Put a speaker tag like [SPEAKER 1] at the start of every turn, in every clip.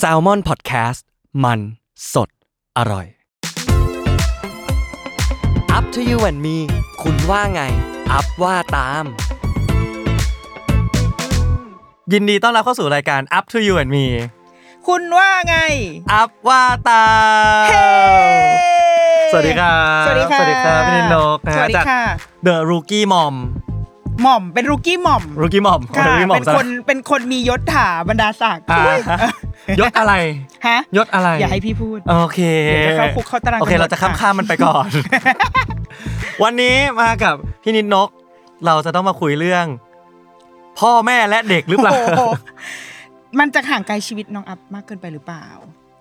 [SPEAKER 1] s a l m o n PODCAST มันสดอร่อย Up to you and me คุณว่าไง อัพว่าตาม ยินดีต้อนรับเข้าสู่รายการ Up to you and me
[SPEAKER 2] คุณว่าไง
[SPEAKER 1] อัพว่าตาม
[SPEAKER 2] เฮ้
[SPEAKER 1] สวัสดีครับ
[SPEAKER 2] สวัสดีค่ะ
[SPEAKER 1] สวัสดีครับพี่นินโนกนะ
[SPEAKER 2] ส
[SPEAKER 1] ฮะ
[SPEAKER 2] วัสดี
[SPEAKER 1] จาก
[SPEAKER 2] ค่ะ
[SPEAKER 1] The Rookie Mom
[SPEAKER 2] หม่อมเป็นรูกี้หม่อม
[SPEAKER 1] Rookie Mom
[SPEAKER 2] ค่ะ
[SPEAKER 1] Rookie Mom
[SPEAKER 2] เป็นคน เป็นคนมียศถาบรรดาศักดิ์
[SPEAKER 1] อ่า
[SPEAKER 2] อุ๊ย
[SPEAKER 1] ยศอะไร
[SPEAKER 2] ฮะ
[SPEAKER 1] ยศอะไร
[SPEAKER 2] อย่าให้พี่พูด
[SPEAKER 1] โอเค
[SPEAKER 2] เดี๋ยวจะเข้าคุกเข้าตาราง
[SPEAKER 1] โอเค
[SPEAKER 2] กันหมด
[SPEAKER 1] เราจะข้าม
[SPEAKER 2] ค่ะ
[SPEAKER 1] ข้ามมันไปก่ อน วันนี้มากับพี่นิดนก เราจะต้องมาคุยเรื่อง พ่อแม่และเด็กหรือเปล่า
[SPEAKER 2] โอ้โหมันจะห่างไกลชีวิตน้องอัพมากเกินไปหรือเปล่า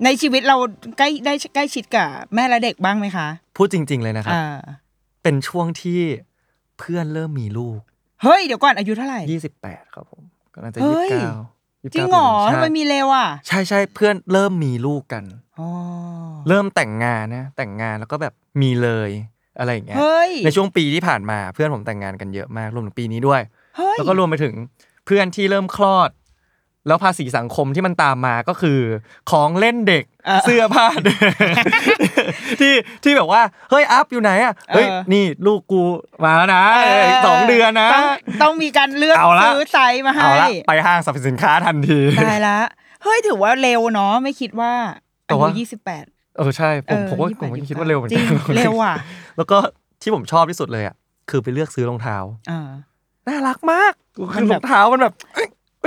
[SPEAKER 2] ในชีวิตเราใกล้ได้ใกล้ชิดกับแม่และเด็กบ้างไหมคะ
[SPEAKER 1] พูดจริง ๆ เลยนะครับ
[SPEAKER 2] อ่า
[SPEAKER 1] เป็นช่วงที่เพื่อนเริ่มมีลูก
[SPEAKER 2] เฮ้ย เดี๋ยวก่อนอายุเท่าไหร่
[SPEAKER 1] 28 ครับผมก็น่าจะ
[SPEAKER 2] เฮ้
[SPEAKER 1] 29
[SPEAKER 2] ย
[SPEAKER 1] 29
[SPEAKER 2] จริงเหรอ
[SPEAKER 1] ปีนี้
[SPEAKER 2] ทำไม
[SPEAKER 1] ใช่
[SPEAKER 2] มีเลวอ่ะ
[SPEAKER 1] ใช่ใช่เพื่อนเริ่มมีลูกกัน
[SPEAKER 2] อ๋อ
[SPEAKER 1] เริ่มแต่งงานนะ แต่งงานแล้วก็แบบมีเลยอะไรอย่างเงี้ย
[SPEAKER 2] เฮ้ย
[SPEAKER 1] ในช่วงปีที่ผ่านมาเพื่อนผมแต่งงานกันเยอะมากรวมถึงปีนี้ด้วย
[SPEAKER 2] เฮ้ย
[SPEAKER 1] แล้วก็รวมไปถึงเพื่อนที่เริ่มคลอด แล้วภาษีสังคมที่มันตามมาก็คือ ของเล่นเด็ก
[SPEAKER 2] เออ
[SPEAKER 1] เสื้อผ้าเด็ก ที่ที่แบบว่า เฮ้ยอัพอยู่ไหนอ่ะเฮ้ย
[SPEAKER 2] เออ
[SPEAKER 1] นี่ลูกกูมาแล้วนะ
[SPEAKER 2] เ
[SPEAKER 1] เอ้ยสองเดือนนะ
[SPEAKER 2] ต้องต้องมีการเลือก
[SPEAKER 1] เอาละ
[SPEAKER 2] ซื้อไซส์มาให้
[SPEAKER 1] เอาละไปห้างสรรพสินค้าทันที
[SPEAKER 2] ตายละ เฮ้ยถือว่าเร็วเนาะไม่คิดว่า
[SPEAKER 1] แต่
[SPEAKER 2] อา
[SPEAKER 1] ว่า
[SPEAKER 2] ยุยี่สิบแปด
[SPEAKER 1] เออใช่ผมผมว่าผมก็คิดว่าเร็วเหมือน
[SPEAKER 2] จริ
[SPEAKER 1] กั
[SPEAKER 2] ง
[SPEAKER 1] น
[SPEAKER 2] เร็วอ่ะ
[SPEAKER 1] แล้วก็ที่ผมชอบที่สุดเลยอ่ะคือไปเลือกซื้อรองเท้า
[SPEAKER 2] อ่า
[SPEAKER 1] น่ารักมาก
[SPEAKER 2] มั
[SPEAKER 1] คื
[SPEAKER 2] น
[SPEAKER 1] อ
[SPEAKER 2] แบ
[SPEAKER 1] รอ
[SPEAKER 2] บ
[SPEAKER 1] งเท้ามันแบบ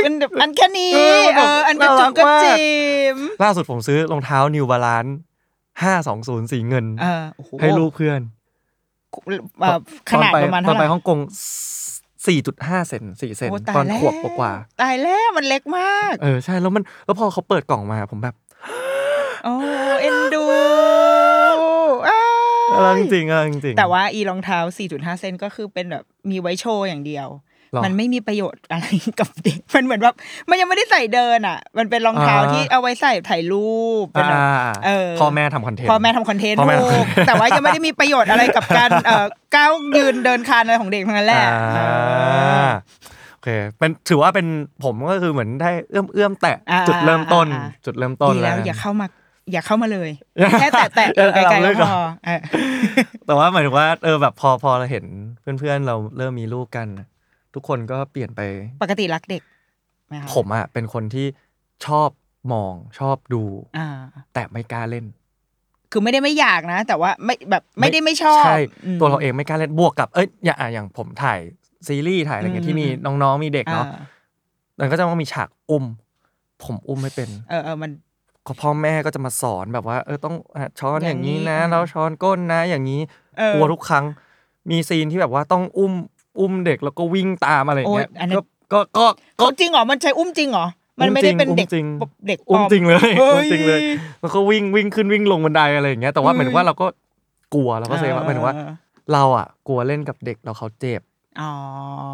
[SPEAKER 2] อันแบบอันแค่นี้
[SPEAKER 1] เอ
[SPEAKER 2] เอ
[SPEAKER 1] อแบบ
[SPEAKER 2] ออันกระจุ
[SPEAKER 1] น่ารั
[SPEAKER 2] ก
[SPEAKER 1] ก
[SPEAKER 2] กระ
[SPEAKER 1] มาก
[SPEAKER 2] จิม
[SPEAKER 1] ล่าสุดผมซื้อรองเท้า New Balance ห้าสองศูนย์สีเงิน
[SPEAKER 2] เออโอ้โ
[SPEAKER 1] ให้ลูกเพื่อน
[SPEAKER 2] เอ่อขนาดประมาณ
[SPEAKER 1] ตอ
[SPEAKER 2] เท่าน ไห
[SPEAKER 1] ไป
[SPEAKER 2] ร่
[SPEAKER 1] ฮ่องกง 4.5 เซน4เซน
[SPEAKER 2] โยาย
[SPEAKER 1] ตอนขวบ
[SPEAKER 2] แล้ว
[SPEAKER 1] กว่า
[SPEAKER 2] ตายแล้วมันเล็กมาก
[SPEAKER 1] ๆเออใช่แล้วมันแล้วพอเขาเปิดกล่องมาผมแบบ
[SPEAKER 2] โอ้เอ็นดูอ้าย
[SPEAKER 1] เออจริงๆเออจริงๆ
[SPEAKER 2] แต่ว่าอีรองเท้า 4.5 เซนก็คือเป็นแบบมีไว้โชว์อย่างเดียว
[SPEAKER 1] หรอ
[SPEAKER 2] มันไม่มีประโยชน์อะไรกับเด็ก มันเหมือนแบบมันยังไม่ได้ใส่เดินอ่ะ มันเป็นรองเท้า
[SPEAKER 1] อ่า
[SPEAKER 2] ที่เอาไว้ใส่ถ่ายรูปเป็นแบบ
[SPEAKER 1] อ่า
[SPEAKER 2] เออ
[SPEAKER 1] พ่อแม่ทำคอนเทนต์
[SPEAKER 2] พอแม่ทำคอนเทนต์
[SPEAKER 1] พ่อแม่
[SPEAKER 2] ลูก
[SPEAKER 1] ทำ
[SPEAKER 2] แต่ว่ายังไม่ได้มีประโยชน์อะไรกับการเอ่อก้าวยืนเดินคานอะไรของเด็กทั้งนั้นแหละ
[SPEAKER 1] อ่า
[SPEAKER 2] เออ
[SPEAKER 1] โอเคเป็นถือว่าเป็นผมก็คือเหมือนได้เอื้อมเอื้อมๆแตะ
[SPEAKER 2] อ่า
[SPEAKER 1] จุดเริ่มต้น
[SPEAKER 2] อ่าอ่า
[SPEAKER 1] จุดเริ่มต้น
[SPEAKER 2] ดี
[SPEAKER 1] แล้
[SPEAKER 2] แล้ว วอย่าเข้ามาอย่าเข้ามาเลย แค่แตะแตะๆ
[SPEAKER 1] เออ
[SPEAKER 2] ไกลๆ
[SPEAKER 1] เราเลิ
[SPEAKER 2] ก็
[SPEAKER 1] ก
[SPEAKER 2] พ
[SPEAKER 1] ก่อน
[SPEAKER 2] อเออ
[SPEAKER 1] แต่ว่าหมายถึงว่าเออแบบพอพอเราเห็นเพื่อนๆเราเริ่มมีลูกกัน ทุกคนก็เปลี่ยนไป
[SPEAKER 2] ปกติรักเด็กไหมคะ
[SPEAKER 1] ผมอ่ะเป็นคนที่ชอบมองชอบดู
[SPEAKER 2] อ่า
[SPEAKER 1] แต่ไม่กล้าเล่น
[SPEAKER 2] คือไม่ได้ไม่อยากนะ แต่ว่าไม่แบบไม่ได้ไม่ชอบ
[SPEAKER 1] ใช่
[SPEAKER 2] ม
[SPEAKER 1] ตัวเราเองไม่กล้าเล่นบวกกับเอ้ยอย่าอ่ะอย่างผมถ่ายซีรีส์ถ่ายอะไรเงี้ย
[SPEAKER 2] อืม
[SPEAKER 1] ที่มีน้องๆมีเด็กเนาะ
[SPEAKER 2] อ่
[SPEAKER 1] มันก็จะต้องมีฉากอุ้ม ผมอุ้มไม่เป็น
[SPEAKER 2] เออเออมัน
[SPEAKER 1] ก็พ่อแม่ก็จะมาสอนแบบว่า เออต้องอ่ะช้อนอย่
[SPEAKER 2] อา
[SPEAKER 1] ย่าง ง
[SPEAKER 2] นี้
[SPEAKER 1] นี้นะ
[SPEAKER 2] อ่า
[SPEAKER 1] แล้วช้อนก้นนะอย่างนี้
[SPEAKER 2] เออก
[SPEAKER 1] ลัวทุกครั้ง มีซีนที่แบบว่าต้องอุ้มอุ้มเด็กแล้วก็วิ่งตามอะไรอย่าง
[SPEAKER 2] โอ้ย
[SPEAKER 1] เงี้ย
[SPEAKER 2] อันนั้
[SPEAKER 1] ก็
[SPEAKER 2] น
[SPEAKER 1] ก็ก็ก็
[SPEAKER 2] เขาจริงเหรอมันใช้อุ้มจริงเหรอมันไม่ได้เป็นเด็ก
[SPEAKER 1] อุ้มจริง
[SPEAKER 2] เด็กปล
[SPEAKER 1] อุ้มจริงเลย
[SPEAKER 2] ฮ้
[SPEAKER 1] อุ้มจริงเลย แล้วก็วิ่งวิ่งขึ้นวิ่งลงบันไดอะไรอย่างเงี้ยแต่ว่า
[SPEAKER 2] อืม
[SPEAKER 1] หมายถึงว่าเราก็กลัวเราก็เซฟว่าหมายถึงว่า
[SPEAKER 2] เออ
[SPEAKER 1] เราอ่ะ กลัวเล่นกับเด็กแล้วเขาเจ็บ
[SPEAKER 2] อ๋อ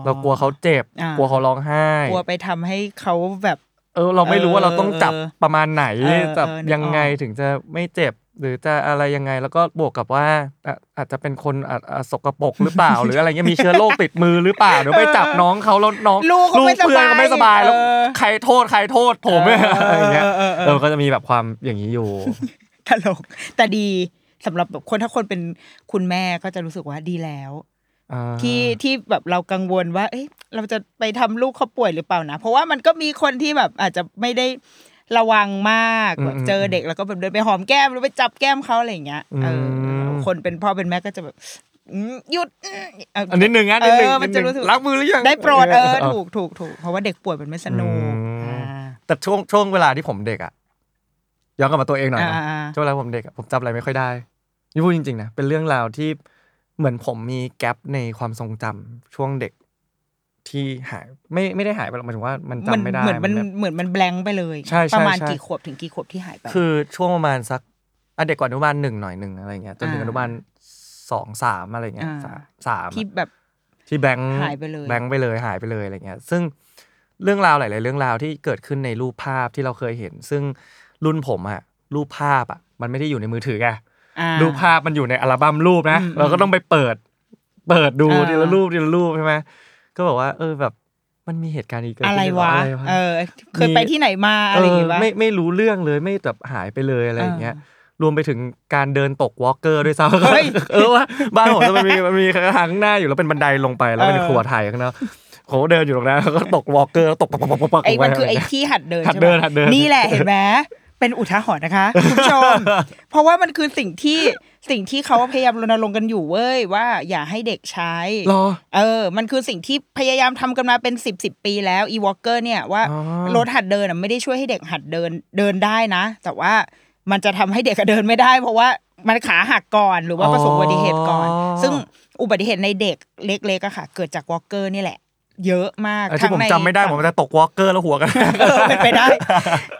[SPEAKER 1] เรากลัวเขาเจ็บ
[SPEAKER 2] อ่า
[SPEAKER 1] กลัวเขาร้องไห้
[SPEAKER 2] กลัวไปทำให้เขาแบบ
[SPEAKER 1] เออ เราไม่รู้ว่าเราต้องจับ
[SPEAKER 2] เออ
[SPEAKER 1] ประมาณไหน
[SPEAKER 2] เออเออ
[SPEAKER 1] จับ
[SPEAKER 2] นึกออก
[SPEAKER 1] ยังไงถึงจะไม่เจ็บ หรือจะอะไรยังไงแล้วก็บวกกับว่าอ่ะอาจจะเป็นคนอ่ะอ่ะสกปรกหรือเปล่า หรืออะไรเงี้ยมีเชื้อโรคติดมือหรือเปล่าเดี๋ยวไปจับน้องเขาแล้วน้อง
[SPEAKER 2] ลูกก็
[SPEAKER 1] ลูก
[SPEAKER 2] ไม่สบาย
[SPEAKER 1] เพื่อนก็ไม่สบายแล้ว
[SPEAKER 2] เออ
[SPEAKER 1] ใครโทษใครโทษผม
[SPEAKER 2] เอ
[SPEAKER 1] เนี่
[SPEAKER 2] อย
[SPEAKER 1] อะไรเงี้ย
[SPEAKER 2] เออเออ
[SPEAKER 1] เอ
[SPEAKER 2] เอ
[SPEAKER 1] อ
[SPEAKER 2] อ
[SPEAKER 1] ก็จะมีแบบความอย่างนี้อยู่
[SPEAKER 2] ตลก แต่ดีสำหรับแบบคนถ้าคนเป็นคุณแม่ก็จะรู้สึกว่าดีแล้ว
[SPEAKER 1] อ่า
[SPEAKER 2] ที่ที่แบบเรากังวลว่า เอ๊ะเราจะไปทำลูกเขาป่วยหรือเปล่านะ เพราะว่ามันก็มีคนที่แบบอาจจะไม่ได้ระวังมาก
[SPEAKER 1] อืม
[SPEAKER 2] แบบเจอเด็กแล้วก็แบบเดินไปหอมแก้มหรือไปจับแก้มเขาอะไรอย่างเงี้ยเอออ
[SPEAKER 1] ม
[SPEAKER 2] คนเป็นพ่อเป็นแม่ก็จะแบบอืมหยุดอืมเ
[SPEAKER 1] อันนิดหนึ่งนะนิดหนึ่ง
[SPEAKER 2] เออมันจะรู้สึก
[SPEAKER 1] รับมือหรือยัง
[SPEAKER 2] ได้โปรดเออถูกถูกถูกเพราะว่าเด็กป่วยมันไม่สนุก
[SPEAKER 1] อืม
[SPEAKER 2] อ่า
[SPEAKER 1] แต่ช่วงช่วงเวลาที่ผมเด็กอะย้อนกลับมาตัวเองหน่อยนะ
[SPEAKER 2] อ่าอ่าอ่า
[SPEAKER 1] ช่วงเวลาผมเด็กอะผมจำอะไรไม่ค่อยได้นี่พูดจริงๆนะเป็นเรื่องราวที่เหมือนผมมีแกลบในความทรงจำช่วงเด็ก ที่หายไม่ไม่ได้หายไปหรอกหมายถึงว่ามันจำไม่ได้
[SPEAKER 2] เหมือนมัน
[SPEAKER 1] แบบ
[SPEAKER 2] เหมือนมันแบงไปเลย
[SPEAKER 1] ใช่ใช่
[SPEAKER 2] ประมาณ
[SPEAKER 1] ใช่
[SPEAKER 2] กี่ขวบถึงกี่ขวบที่หายไป
[SPEAKER 1] คือช่วงประมาณสักอ่ะเด็กกว่าอนุบาลหนึ่งหน่อยหนึ่งอะไรเงี้ยจนถึงอ
[SPEAKER 2] อ่า
[SPEAKER 1] นุบาลสองสามอะไรเงี้ย
[SPEAKER 2] อ่า
[SPEAKER 1] สามสาม
[SPEAKER 2] ที่
[SPEAKER 1] อะ
[SPEAKER 2] แบบ
[SPEAKER 1] ที่แบงค์
[SPEAKER 2] หายไปเลย
[SPEAKER 1] แบงค์ไปเลยหายไปเลยอะไรเงี้ย ซึ่งเรื่องราวหลาย ๆ เรื่องราวที่เกิดขึ้นในรูปภาพที่เราเคยเห็น ซึ่งรุ่นผมอะรูปภาพอะมันไม่ได้อยู่ในมือถือไง
[SPEAKER 2] อ่า
[SPEAKER 1] รูปภาพมันอยู่ในอัลบั้มรูปนะ
[SPEAKER 2] อืม
[SPEAKER 1] เราก็ต้องไปเปิด เปิดดู
[SPEAKER 2] อ่า
[SPEAKER 1] ทีละรูปทีละรูปใช่ไหมก็บอกว่า เออแบบ มันมีเหตุการณ์อีกเกิด
[SPEAKER 2] อะไร
[SPEAKER 1] ขึ้นด้
[SPEAKER 2] วะ
[SPEAKER 1] ไร
[SPEAKER 2] เออ เคยไปที่ไหนมาอะไรอย่างงี้
[SPEAKER 1] เออ
[SPEAKER 2] วะ
[SPEAKER 1] ไม่ไม่รู้เรื่องเลยไม่แบบหายไปเลยอะไรอย่างเงี้ย รวมไปถึงการเดินตกวอล์กเกอร์ด้วยซ้ำ
[SPEAKER 2] เฮ้ย
[SPEAKER 1] เออว่าบ้านผมจะมันมีมันมีทางหน้าอยู่แล้วเป็นบันไดลงไปแล้วเป็นครัวไทยข้างนอกผมก็เดินอยู่ตรงนั้นแล้วก็ตกวอล์กเกอร์แล้วตกปักปักปักปักปัก
[SPEAKER 2] ไอ้
[SPEAKER 1] ลงป
[SPEAKER 2] มันคือ
[SPEAKER 1] อะ
[SPEAKER 2] ไอ้
[SPEAKER 1] ไรย่างเงี้ย
[SPEAKER 2] ที่หัดเดิน
[SPEAKER 1] หัด
[SPEAKER 2] ใช่
[SPEAKER 1] เดิ
[SPEAKER 2] ไห
[SPEAKER 1] นหัดเดิน
[SPEAKER 2] นี่แหละเห็นไหมเป็นอุทาหรณ์นะคะคุณผู้ชม เพราะว่ามันคือสิ่งที่สิ่งที่เขาพยายามรณรงค์กันอยู่เว้ยว่าอย่าให้เด็กใช้
[SPEAKER 1] รอ
[SPEAKER 2] เออ มันคือสิ่งที่พยายามทำกันมาเป็นสิบสิบปีแล้วอีวอลเกอร์เนี่ยว่า
[SPEAKER 1] อ๋อ
[SPEAKER 2] รถหัดเดินอะไม่ได้ช่วยให้เด็กหัดเดินเดินได้นะ แต่ว่ามันจะทำให้เด็กอะเดินไม่ได้ เพราะว่ามันขาหักก่อนหรือว่าประสบอุบัติเหตุก่อน ซึ่งอุบัติเหตุในเด็กเล็กๆอะค่ะ เกิดจากวอลเกอร์นี่แหละ เยอะมาก
[SPEAKER 1] ไอ้ที่ผม
[SPEAKER 2] ใน
[SPEAKER 1] จำไม่ได้ผมจะตกวอล์กเกอร์แล้วหัวกัน
[SPEAKER 2] เออเป็นไปได้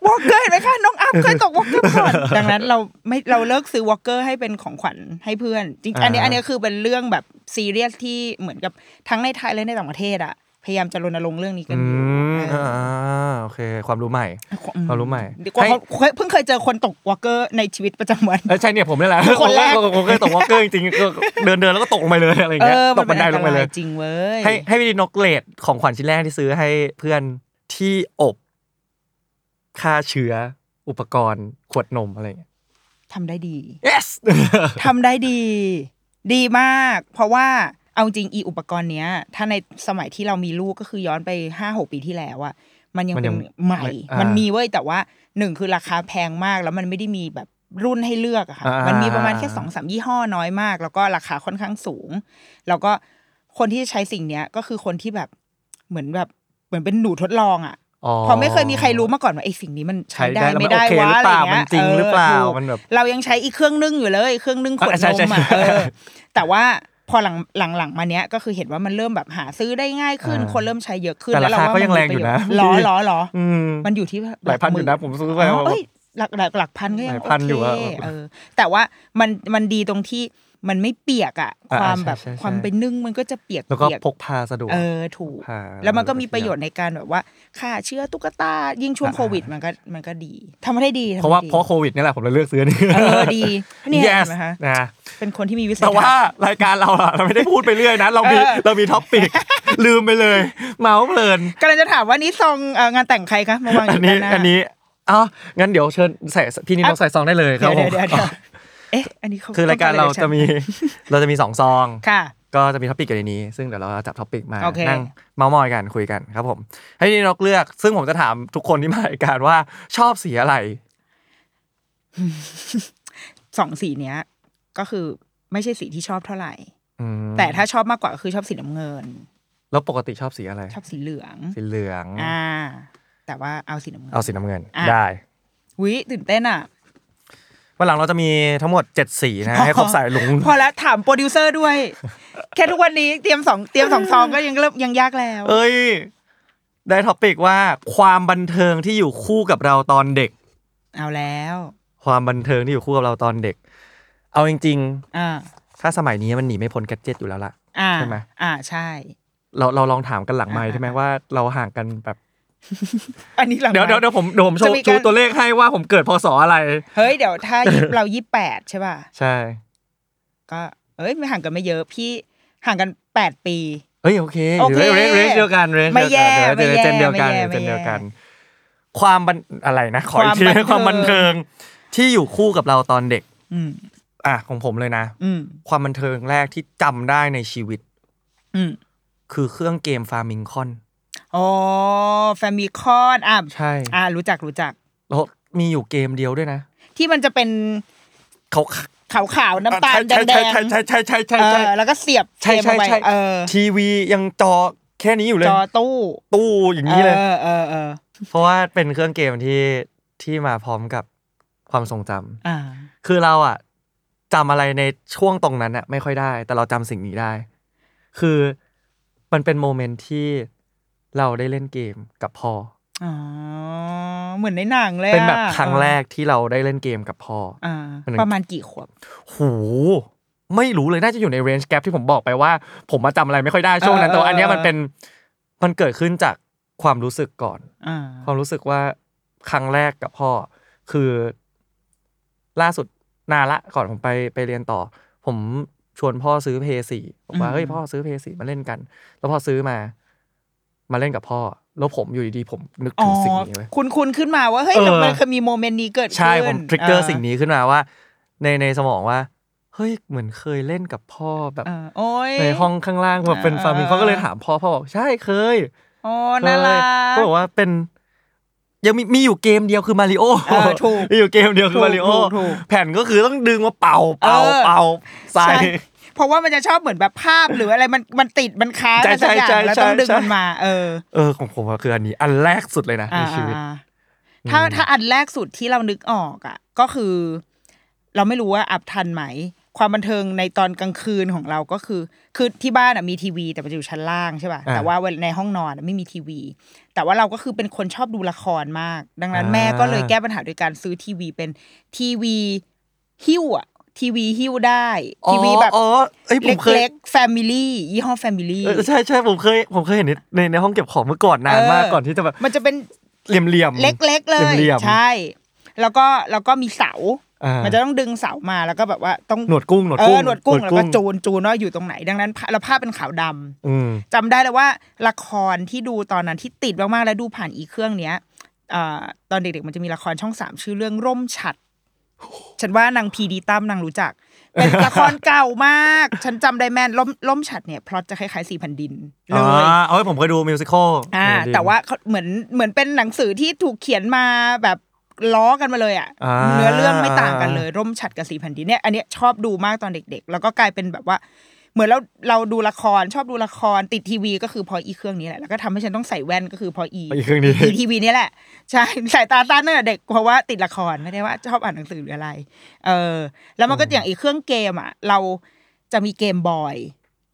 [SPEAKER 2] วอลเกอร์เห็นไหมคะน้องอัพเคยตกวอลเกอร์ก่อนดังนั้นเราไม่เราเลิกซื้อวอลเกอร์ให้เป็นของขวัญให้เพื่อนจริงๆอันนี้
[SPEAKER 1] อ่า
[SPEAKER 2] อันนี้คือเป็นเรื่องแบบซีเรียสที่เหมือนกับทั้งในไทยและในต่างประเทศอะพยายามจะรณรงค์เรื่องนี้กัน
[SPEAKER 1] อื
[SPEAKER 2] อยู่
[SPEAKER 1] ม
[SPEAKER 2] เออ
[SPEAKER 1] อ่าโอเค ความรู้ใหม่
[SPEAKER 2] อื
[SPEAKER 1] ความรู้ใหม่
[SPEAKER 2] ดีกว่า
[SPEAKER 1] ให้
[SPEAKER 2] เขาเคยเพิ่งเคยเจอคนตกวอลเกอร์ในชีวิตประจำวัน
[SPEAKER 1] เออใช่เนี่ยผมนี่แหละ
[SPEAKER 2] คนแรก
[SPEAKER 1] ผมผมเคยตกวอล์กเกอร์จริงๆก็เดินเดินแล้วก็ตกลงไปเลยอะไรอย่าง
[SPEAKER 2] เอ
[SPEAKER 1] เงี้ย
[SPEAKER 2] อ
[SPEAKER 1] ต
[SPEAKER 2] มั
[SPEAKER 1] ก
[SPEAKER 2] น
[SPEAKER 1] บั
[SPEAKER 2] เป็น น
[SPEAKER 1] ได
[SPEAKER 2] อัน
[SPEAKER 1] ล
[SPEAKER 2] ต
[SPEAKER 1] งไปเล
[SPEAKER 2] ราย ยจริงเว้ย
[SPEAKER 1] ให้ให้พี่ดินนกเลดของขวัญชิ้นแรกที่ซื้อให้เพื่อนที่อบฆ่าเชื้ออุปกรณ์ขวดนมอะไรอย่างเงี้ย
[SPEAKER 2] ทำได้ดี
[SPEAKER 1] yes
[SPEAKER 2] ทำได้ดี ดีมาก เพราะว่าเอาจริงอีอุปกรณ์เนี้ย ถ้าในสมัยที่เรามีลูกก็คือย้อนไปห้าหกปีที่แล้วอะมันยัง
[SPEAKER 1] มันยั
[SPEAKER 2] เป็
[SPEAKER 1] ง
[SPEAKER 2] นใหม่
[SPEAKER 1] ไม่อ่ามั
[SPEAKER 2] มันมีเว้ยแต่ว่าหนึ่งคือราคาแพงมากแล้วมันไม่ได้มีแบบรุ่นให้เลือกอะค่ะ
[SPEAKER 1] อ่ามั
[SPEAKER 2] มันมีประมาณแค่
[SPEAKER 1] อ่า
[SPEAKER 2] สองสามยี่ห้อน้อยมาก แล้วก็ราคาค่อนข้างสูง แล้วก็คนที่ใช้สิ่งเนี้ยก็คือคนที่แบบเหมือนแบบเหมือนเป็นหนูทดลองอะ
[SPEAKER 1] อ๋อ
[SPEAKER 2] เพราะไม่เคยมีใครรู้มาก่อนว่าไอ้สิ่งนี้มันใช้
[SPEAKER 1] ใช้
[SPEAKER 2] ได้
[SPEAKER 1] ได้แล้ว
[SPEAKER 2] ไม่
[SPEAKER 1] ไม่
[SPEAKER 2] ได้
[SPEAKER 1] โอเควห
[SPEAKER 2] ะ
[SPEAKER 1] รือ
[SPEAKER 2] อะไร
[SPEAKER 1] เปล่า
[SPEAKER 2] เงี้
[SPEAKER 1] มัน
[SPEAKER 2] ย
[SPEAKER 1] จริงหรือเปล่า
[SPEAKER 2] ถูก
[SPEAKER 1] มันแบบ
[SPEAKER 2] เรายังใช้อีกเครื่องนึ่งอยู่เลยเครื่องนึ่งขวด
[SPEAKER 1] อ่ะใช่
[SPEAKER 2] น
[SPEAKER 1] ใช่
[SPEAKER 2] มอ่ะ
[SPEAKER 1] ใช่
[SPEAKER 2] เออแต่ว่าพอหลังหลังหลังมาเนี้ยก็คือเห็นว่ามันเริ่มแบบหาซื้อได้ง่ายขึ้น
[SPEAKER 1] อ่า
[SPEAKER 2] คนเริ่มใช้เยอะขึ้น
[SPEAKER 1] แต่รา
[SPEAKER 2] แล้ว
[SPEAKER 1] คา
[SPEAKER 2] เว่
[SPEAKER 1] ก็ยัง
[SPEAKER 2] มั
[SPEAKER 1] แรงอยู่นะ
[SPEAKER 2] ปรโช
[SPEAKER 1] พี่
[SPEAKER 2] หรอหรอหรอ
[SPEAKER 1] อืม
[SPEAKER 2] มันอยู่ที่
[SPEAKER 1] หลายพันอยู่นะผมซื้อไป
[SPEAKER 2] เอ้ยหลักหลักหลักพันก็ยัง
[SPEAKER 1] หลาย
[SPEAKER 2] โอ
[SPEAKER 1] พัน
[SPEAKER 2] เค
[SPEAKER 1] อยู่อะ
[SPEAKER 2] เออ แต่ว่ามันมันดีตรงที่มันไม่เปียกอ่ะ
[SPEAKER 1] อ่า
[SPEAKER 2] ความ
[SPEAKER 1] ใช่
[SPEAKER 2] แบบ
[SPEAKER 1] ใช่ใช่
[SPEAKER 2] ความเป็นนึ่งมันก็จะเปียก
[SPEAKER 1] แล้วก็
[SPEAKER 2] เปียก
[SPEAKER 1] พกพาสะดวก
[SPEAKER 2] เออถูก
[SPEAKER 1] ผ่า
[SPEAKER 2] แล้วมัน
[SPEAKER 1] แล้
[SPEAKER 2] ก็
[SPEAKER 1] วก็
[SPEAKER 2] มีประโยชน์ในการแบบว่าฆ่าเชื้อตุ๊กตายิ่งช่วง
[SPEAKER 1] อ่า
[SPEAKER 2] โควิดมันก็มันก็ดีทำได้ดีทำ
[SPEAKER 1] เพราะว่า
[SPEAKER 2] ได้ดี
[SPEAKER 1] เพราะโควิดนี่แหละผมเลยเลือกซื้อนี่
[SPEAKER 2] เอ อดีเนี่ย เห็
[SPEAKER 1] yes
[SPEAKER 2] นไหมคะ
[SPEAKER 1] นะ
[SPEAKER 2] เป็นคนที่มีวิสัย
[SPEAKER 1] แต่ว่า
[SPEAKER 2] ทัศน์
[SPEAKER 1] รายการเราอะเราไม่ได้พูดไปเรื่อยนะ เรามี
[SPEAKER 2] เออ
[SPEAKER 1] เรามีท็อป ปิก ลืมไปเลย เมาส์เพลิน
[SPEAKER 2] กำลังจะถามว่านี่ซองเอ่องานแต่งใครคะมาวางอ
[SPEAKER 1] อัน
[SPEAKER 2] ยู่
[SPEAKER 1] นี้
[SPEAKER 2] ด้านหน้า
[SPEAKER 1] อันนี้อ๋องั้นเดี๋ยวเชิญใส่พี่นิโน
[SPEAKER 2] อ่ะ
[SPEAKER 1] ใส่ซองได้เลยครับ
[SPEAKER 2] เดี๋ยว
[SPEAKER 1] ผ
[SPEAKER 2] เดี๋ย
[SPEAKER 1] ม
[SPEAKER 2] วเดี๋ยวเดี๋ยวเอ๊ะอันนี้เข
[SPEAKER 1] คือรายการเราจะมีเราจะมีส องซอง
[SPEAKER 2] ค่ะ
[SPEAKER 1] ก็จะมีท็อปิกอยู่ในนี้ ซึ่งเดี๋ยวเราจับท็อปิกมา
[SPEAKER 2] โอเค
[SPEAKER 1] นั่งเมาส์มอยกันคุยกันครับผม ให้นิโนเลือก ซึ่งผมจะถามทุกคนที่มารายการว่าชอบสีอะไร
[SPEAKER 2] สองสีเนี้ย ก็คือไม่ใช่สีที่ชอบเท่าไหร่
[SPEAKER 1] อืม
[SPEAKER 2] แต่ถ้าชอบมากกว่าก็คือชอบสีน้ำเงิน
[SPEAKER 1] แล้วปกติชอบสีอะไร
[SPEAKER 2] ชอบสีเหลือง
[SPEAKER 1] สีเหลือง
[SPEAKER 2] อ่า แต่ว่าเอาสีน้ำเงิน
[SPEAKER 1] เอาสีน้ำเงิน
[SPEAKER 2] อ่ะ
[SPEAKER 1] ได้
[SPEAKER 2] อุ้ยตื่นเต้นอ่ะ
[SPEAKER 1] วันหลังเราจะมีทั้งหมด 7 สี นะ ให้ครบสายหลุง
[SPEAKER 2] พอแล้วถามโปรดิวเซอร์ด้วย แค่ทุกวันนี้เตรียมสองเตรียมสองซองก็ยังเริ่มยังยากแล้ว
[SPEAKER 1] เอ้ย ได้ท็อปิกว่าความบันเทิงที่อยู่คู่กับเราตอนเด็ก
[SPEAKER 2] เอาแล้ว
[SPEAKER 1] ความบันเทิงที่อยู่คู่กับเราตอนเด็ก เอาจริง
[SPEAKER 2] อ่า
[SPEAKER 1] ๆ ถ้าสมัยนี้มันหนีไม่พ้นแกดเจิตอยู่แล้วล่ะ
[SPEAKER 2] อ่า
[SPEAKER 1] ใช่ไหม
[SPEAKER 2] อ่าใช่
[SPEAKER 1] เราเราลองถามกันหลังไม้
[SPEAKER 2] อ่า
[SPEAKER 1] ใช่ไหมว่าเราห่างกันแบบ
[SPEAKER 2] อันนี้หลัง
[SPEAKER 1] เดี๋ยว
[SPEAKER 2] ไมค์
[SPEAKER 1] เดี๋ยวเดี๋ยวผมเดี๋ยวผมโช
[SPEAKER 2] จะ
[SPEAKER 1] ว์
[SPEAKER 2] มีการ
[SPEAKER 1] ชูตัวเลขให้ว่าผมเกิดพศอะไร
[SPEAKER 2] เฮ้ยเดี๋ยวถ้า ยี่เรายี่แปดใช่ป่ะ
[SPEAKER 1] ใช่
[SPEAKER 2] ก็เอ้ยไม่ห่างกันไม่เยอะพี่ห่างกันแปดปี
[SPEAKER 1] เอ้ยโอเค
[SPEAKER 2] โอเค
[SPEAKER 1] เรนเรนเดียวกันเรน
[SPEAKER 2] ไม่แย่
[SPEAKER 1] เดียว
[SPEAKER 2] ไม่
[SPEAKER 1] กันเจ
[SPEAKER 2] แย่
[SPEAKER 1] นเดียวกัน
[SPEAKER 2] ไม่แย่
[SPEAKER 1] เจนเดียวกัน ความบันอะไรนะขออีกที
[SPEAKER 2] ค
[SPEAKER 1] คาว
[SPEAKER 2] วาม มบั
[SPEAKER 1] บัน
[SPEAKER 2] นเทิ
[SPEAKER 1] เทิง
[SPEAKER 2] ง
[SPEAKER 1] ที่อยู่คู่กับเราตอนเด็ก
[SPEAKER 2] อืม
[SPEAKER 1] อ่ะของผมเลยนะ
[SPEAKER 2] อืม
[SPEAKER 1] ความบันเทิงแรกที่จำได้ในชีวิต
[SPEAKER 2] อืม
[SPEAKER 1] คือเครื่องเกมฟาร์มิงคอน
[SPEAKER 2] อ๋อแฟมิคอนอ่ะ
[SPEAKER 1] ใช่
[SPEAKER 2] อ่ารู้จักรู้จัก
[SPEAKER 1] แล้วมีอยู่เกมเดียวด้วยนะ
[SPEAKER 2] ที่มันจะเป็น
[SPEAKER 1] เขา
[SPEAKER 2] ขาวๆน้ำตาลแด
[SPEAKER 1] ใช่ใช่
[SPEAKER 2] ง
[SPEAKER 1] ใช่ใช่ใช่ใช่
[SPEAKER 2] ๆ
[SPEAKER 1] ใช่
[SPEAKER 2] เอ
[SPEAKER 1] ใช่
[SPEAKER 2] อแล้วก็เสียบ
[SPEAKER 1] ใช่
[SPEAKER 2] เกมเข้าไป
[SPEAKER 1] ใช่ใช่
[SPEAKER 2] เออ
[SPEAKER 1] ทีวียังจอแค่นี้อยู่เลย
[SPEAKER 2] จอตู้
[SPEAKER 1] ตู้อย่างนี้เลย
[SPEAKER 2] เออเออเออ
[SPEAKER 1] เพราะว่าเป็นเครื่องเกมที่ที่มาพร้อมกับความทรงจำ
[SPEAKER 2] อ่า
[SPEAKER 1] คือเราอะจำอะไรในช่วงตรงนั้นอะไม่ค่อยได้ แต่เราจำสิ่งนี้ได้ คือมันเป็นโมเมนต์ที่เราได้เล่นเกมกับพ่อ
[SPEAKER 2] อ๋อเหมือนในหนังเลยอะ
[SPEAKER 1] เป็นแบบครั้งแรกที่เราได้เล่นเกมกับพ่อ
[SPEAKER 2] อ่า
[SPEAKER 1] เป็นหนัง
[SPEAKER 2] ประมาณกี่ขวบ
[SPEAKER 1] หูไม่รู้เลยน่าจะอยู่ในเรนจ์แกปที่ผมบอกไปว่า ผมมาจำอะไรไม่ค่อยได้ช่วงนั้น
[SPEAKER 2] เออ
[SPEAKER 1] แต่ว่าอันเนี้ย
[SPEAKER 2] เออ
[SPEAKER 1] มันเป็นมันเกิดขึ้นจากความรู้สึกก่อน
[SPEAKER 2] อ่า
[SPEAKER 1] ความรู้สึกว่าครั้งแรกกับพ่อ คือล่าสุดนานละก่อนผมไปไปเรียนต่อ ผมชวนพ่อซื้อเพย์สี่บอกว่าเฮ้ยพ่อซื้อเพย์สี่มาเล่นกัน แล้วพ่อซื้อมา มาเล่นกับพ่อ แล้วผมอยู่ดีๆผมนึก
[SPEAKER 2] อ๋
[SPEAKER 1] ถึ
[SPEAKER 2] อง
[SPEAKER 1] สิ่งนี้ไว้ย
[SPEAKER 2] คุณคุณขึ้นมาว่าเฮ้ย
[SPEAKER 1] เออ
[SPEAKER 2] มันเคยมีโมเมนต์นี้เกิดขึ้น
[SPEAKER 1] ใช่ผมทริกเกอร์
[SPEAKER 2] า
[SPEAKER 1] สิ่งนี้ขึ้นมาว่า ในในสมองว่า เฮ้ยเหมือนเคยเล่นกับพ่อแบบ
[SPEAKER 2] อ่าโอ้ย
[SPEAKER 1] ในห้องข้างล่างแบบเป็น
[SPEAKER 2] อ่า
[SPEAKER 1] ฟาร์มิงเขา
[SPEAKER 2] อ่า
[SPEAKER 1] ก็เลยถามพ่อพ่อบอกใช่เคย
[SPEAKER 2] โอ้
[SPEAKER 1] เค
[SPEAKER 2] น่ายรัก
[SPEAKER 1] ก็บอกว่าเป็น ยังมีมีอยู่เกมเดียวคือมาริโอ
[SPEAKER 2] เออถูก
[SPEAKER 1] มีอยู่เกมเดียวคือมาริโอ
[SPEAKER 2] ถูกถูก
[SPEAKER 1] แผ่นก็คือต้องดึงมาเป่าเป่า
[SPEAKER 2] เออ
[SPEAKER 1] เป่าใส่
[SPEAKER 2] ใช่ เพราะว่ามันจะชอบเหมือนแบบภาพหรืออะไรมันมันติดมันค้าง
[SPEAKER 1] ใช่
[SPEAKER 2] อะไรสักอย่าง
[SPEAKER 1] ใช่ใช่
[SPEAKER 2] แล้วต้องดึง
[SPEAKER 1] ใช่
[SPEAKER 2] มันมา เออ
[SPEAKER 1] เออของผมอะคืออันนี้อันแรกสุดเลยนะในชีวิต
[SPEAKER 2] อ่าถ้าถ้าอันแรกสุดที่เรานึกออกอ่ะ ก็คือ เราไม่รู้ว่าอับทันไหม ความบันเทิงในตอนกลางคืนของเราก็คือ คือที่บ้านอ่ะมีทีวี แต่มันจะอยู่ชั้นล่างใช่ป่ะ
[SPEAKER 1] อ่า
[SPEAKER 2] แต่ว่าในห้องนอนอะไม่มีทีวี แต่ว่าเราก็คือเป็นคนชอบดูละครมาก ดังนั้น
[SPEAKER 1] อ่า
[SPEAKER 2] แม่ก็เลยแก้ปัญหาโดยการซื้อทีวีเป็นทีวีหิ้วอ่ะทีวีหิ้วได้ทีวีแบบ
[SPEAKER 1] อ๋ออ๋อเอ้ยผมเคย
[SPEAKER 2] เล็กๆ Family ยี่ห้อ Family
[SPEAKER 1] เออใช่ใช่ผมเคย ผมเคยเห็นในในในห้องเก็บของเมื่อก่อนนานมาก
[SPEAKER 2] เออ
[SPEAKER 1] ก่อนที่จะแบบ
[SPEAKER 2] มันจะเป็น
[SPEAKER 1] เหลี่ยมเหลี่ยมๆ
[SPEAKER 2] เล็กๆ เลย
[SPEAKER 1] เหลี่ยมๆ
[SPEAKER 2] ใช่ แล้วก็แล้วก็มีเสา
[SPEAKER 1] อ่า
[SPEAKER 2] มันจะต้องดึงเสามาแล้วก็แบบว่าต้อง
[SPEAKER 1] หนวดกุ้งหนวด
[SPEAKER 2] เอ
[SPEAKER 1] กุ้ง
[SPEAKER 2] อหนวดกุ้งแล้วก็จูนจูนว่าอยู่ตรงไหน ดังนั้นเราภาพเป็นขาวดำ
[SPEAKER 1] อืม
[SPEAKER 2] จำได้เลยว่าละครที่ดูตอนนั้นที่ติดมากๆ แล้วดูผ่านอีเครื่องเนี้ยเอ่อตอนเด็กๆมันจะมีละครช่องสามชื่อเรื่องร่มฉัด ฉันว่านางพีดีตั้มนางรู้จัก เป็นละครเก่ามาก ฉันจำได้แม่นล่มล่มฉัดเนี่ยพล็อตจะคล้ายๆสี่แผ่นดินเล
[SPEAKER 1] อ่าย เอ้ยผมเคยดูมิวสิควล
[SPEAKER 2] อ่า
[SPEAKER 1] ดี
[SPEAKER 2] แต่ว่าเขาเหมือนเหมือนเป็นหนังสือที่ถูกเขียนมาแบบล้อกันมาเลยอ่ะ
[SPEAKER 1] อ่า
[SPEAKER 2] เนื้อเรื่องไม่ต่างกันเลย ร่มฉัดกับสีแผ่นดินเนี่ยอันเนี้ยชอบดูมากตอนเด็ก ๆ แล้วก็กลายเป็นแบบว่า เหมือนเราเราดูละครชอบดูละครติดทีวีก็คือพออีเครื่องนี้แหละแล้วก็ทำให้ฉันต้องใส่แว่นก็คือพออี
[SPEAKER 1] อีกเครื่องนี้
[SPEAKER 2] อีทีวีนี่แหละใช่สายตาต้านตั้งแต่เด็กเพราะว่าติดละครไม่ได้ว่าชอบอ่านหนังสือหรืออะไร เออ แล้วมันก็อย่างอีเครื่องเกมอ่ะ เราจะมีเกมบอย